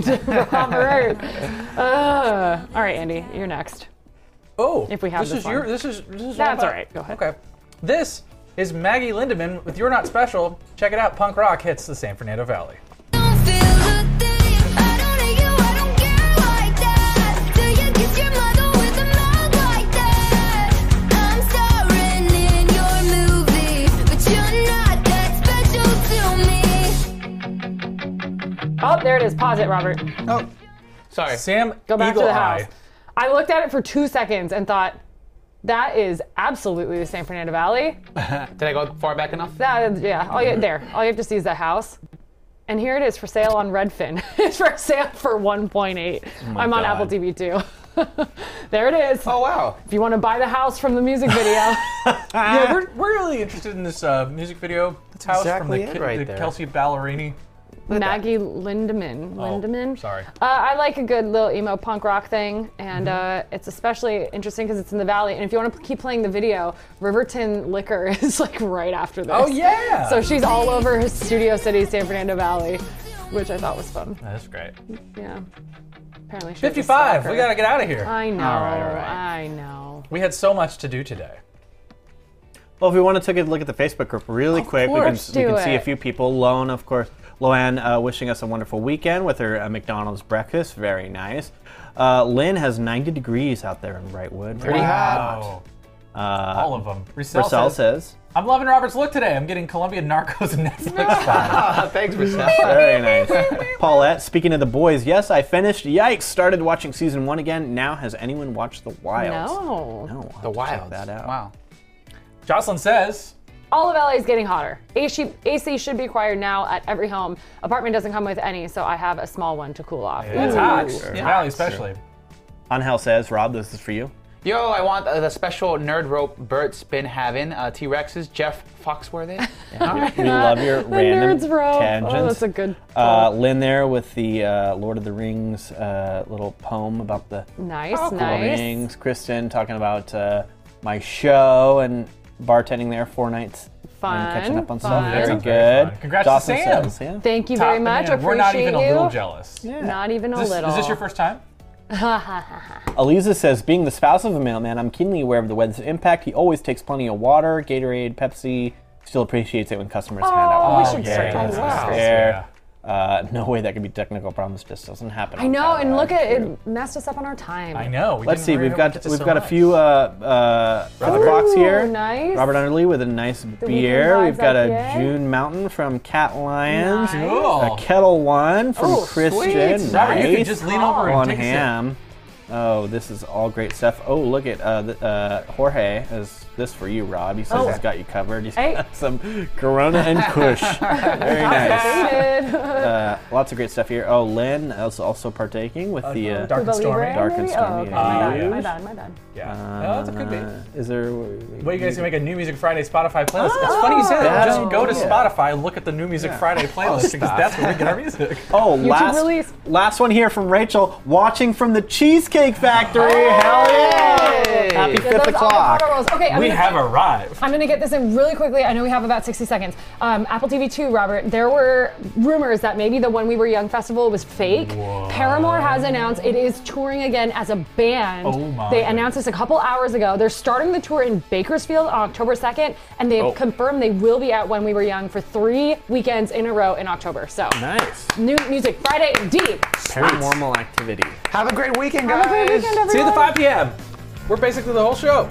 A: didn't. Robert. Uh, all right, Andy, you're next.
B: Oh,
A: if we have
B: this
A: the
B: is
A: fun.
B: your this is this is
A: That's
B: all,
A: all right, Go ahead.
B: Okay, this is Maggie Lindemann with "You're Not Special." Check it out. Punk rock hits the San Fernando Valley.
A: Oh, there it is. Pause it, Robert. Oh,
D: Sorry.
B: Sam,
A: go back to
B: Eagle
A: the house.
B: Eye.
A: I looked at it for two seconds and thought, that is absolutely the San Fernando Valley.
D: Did I go far back enough?
A: That, Uh, yeah, all you, there. All you have to see is that house. And here it is for sale on Redfin. it's for sale for 1.8.
D: Oh my
A: I'm on
D: God.
A: Apple TV too. there it is. Oh
D: wow!
A: If you want to buy the house from the music video,
C: Ah.
B: yeah, we're, we're really interested in this uh, music video. That's house
A: exactly
B: from
A: it
B: the,
A: right
B: the
A: there.
B: Kelsey Ballerini.
A: Maggie Lindemann.
B: Oh,
A: Lindemann.
B: sorry.
A: Uh, I like a good little emo punk rock thing, and uh, it's especially interesting because it's in the valley. And if you want to keep playing the video, Riverton Liquor is like right after this.
B: Oh, yeah!
A: So she's all over Studio City, San Fernando Valley, which I thought was fun.
B: That's great.
A: Yeah. Apparently, she was a
B: 55. We
A: stalker.
B: gotta get out of here.
A: I know.
B: All right, all right.
A: I know.
B: We had so much to do today.
C: Well, if we want to take a look at the Facebook group really quick, we can,
A: course,
C: we
A: do
C: can see a
A: it.
C: few people. Loan, of course, Loanne uh, wishing us a wonderful weekend with her uh, McDonald's breakfast. Very nice. Uh, Lynn has 90 degrees out there in Brightwood.
B: Pretty Wow.
C: hot. Uh,
B: All of them. Rissell
C: Rissell
B: says-
C: says.
B: I'm loving Robert's look today. I'm getting Colombian Narcos and Netflix vibes.
D: Thanks,
C: Very nice. Paulette, speaking of the boys, yes, I finished. Yikes, started watching season one again. Now, has anyone watched The Wilds?
A: No.
C: No. The Wilds. Check that out.
D: Wow.
B: Jocelyn says,
A: All of LA is getting hotter. AC, AC should be required now at every home. Apartment doesn't come with any, so I have a small one to cool off.
B: It's hot. Yeah. Valley especially.
C: Angel says, Rob, this is for you.
D: Yo, I want uh, the special nerd rope Bert's been having. Uh, T Rexes, Jeff Foxworthy. All right.
C: We love your
A: The
C: random
A: nerds row. Oh,
C: tangents.
A: that's a good
C: Uh, Lynn there with the uh, Lord of the Rings uh, little poem about the
A: Nice,
C: Lord of the
A: nice.
C: Rings. Kristen talking about uh, my show and bartending there four nights.
A: Fun,
C: And catching up
A: fun.
C: on stuff.
A: That
C: Very
A: sounds
B: very
C: good.
B: fun. Congrats to
C: Dawson
B: Sam.
C: says, yeah.
A: Thank you
B: Top
A: very
B: of the
A: much.
B: man. We're not even a
A: Appreciate
B: little
A: you.
B: jealous.
A: Not even a
B: Is this-
A: little.
B: Is this your first time?
C: Eliza says, being the spouse of a mailman, I'm keenly aware of the weather's impact. He always takes plenty of water, Gatorade, Pepsi. Still appreciates it when customers hand out.
A: Oh, we
C: water.
A: should start doing
C: that's
A: that.
C: nice
A: Wow.
C: there. Uh, no way that could be technical problems. Just doesn't happen.
A: I know, and look at it messed us up on our time. I
B: know.
C: Let's see. We've got
B: to
C: we've
B: so
C: got a
B: much.
C: few uh, uh, on the box here.
A: nice.
C: Robert Underly with a nice beer.
A: Weekend
C: We've got a
A: Vibes
C: June Mountain from Cat Lions.
A: Nice. Cool.
C: A Kettle One from
A: Ooh,
C: Christian.
A: sweet. Robert, you could
C: Nice.
A: just lean over and
C: on
A: take a sip.
C: ham. Oh, this is all great stuff. Oh, look at uh, th- uh, Jorge. Is this for you, Rob? He says
A: Oh.
C: he's got you covered. He's
A: Hey.
C: got some Corona and Kush. Very nice.
A: Dated.
C: Uh, lots of great stuff here. Oh, Lynn is also partaking with the uh,
A: Dark and The Stormy. Libre,
C: Dark and
A: maybe?
C: stormy.
A: Oh, okay.
C: yeah.
A: My bad, my bad, my bad.
B: Yeah.
C: Uh,
B: Oh, that could be.
C: Is there?
B: Well, you guys can make a New Music Friday Spotify playlist. it's funny you say that.
C: That's
B: Just go to
C: Oh, cool.
B: Spotify, look at the New Music
C: Yeah.
B: Friday
C: Oh,
B: playlist because
C: stop.
B: that's where we get our music.
C: Oh,
B: YouTube
C: last
B: release.
C: last one here from Rachel. Watching from the Cheesecake Factory. Hell yeah! Happy
A: Get
C: fifth
A: those avocado rolls.
C: o'clock.
A: Okay, I'm
C: We
A: gonna-
C: have
B: arrived.
A: I'm gonna get this in really quickly. I know we have about 60 seconds. Um, Apple TV 2, Robert. There were rumors that maybe the When We Were Young festival was fake. Paramore has announced it is touring again as a band.
B: Oh my.
A: They announced this a couple hours ago. They're starting the tour in Bakersfield on October 2nd, and they have
B: Oh.
A: confirmed they will be at When We Were Young for three weekends in a row in October. So
C: nice.
A: New music Friday, indeed.
C: Paranormal activity.
D: Have a great weekend,
A: Have a great
D: guys.
A: weekend,
B: See you at the
A: everyone.
B: 5 p.m. We're basically the whole show.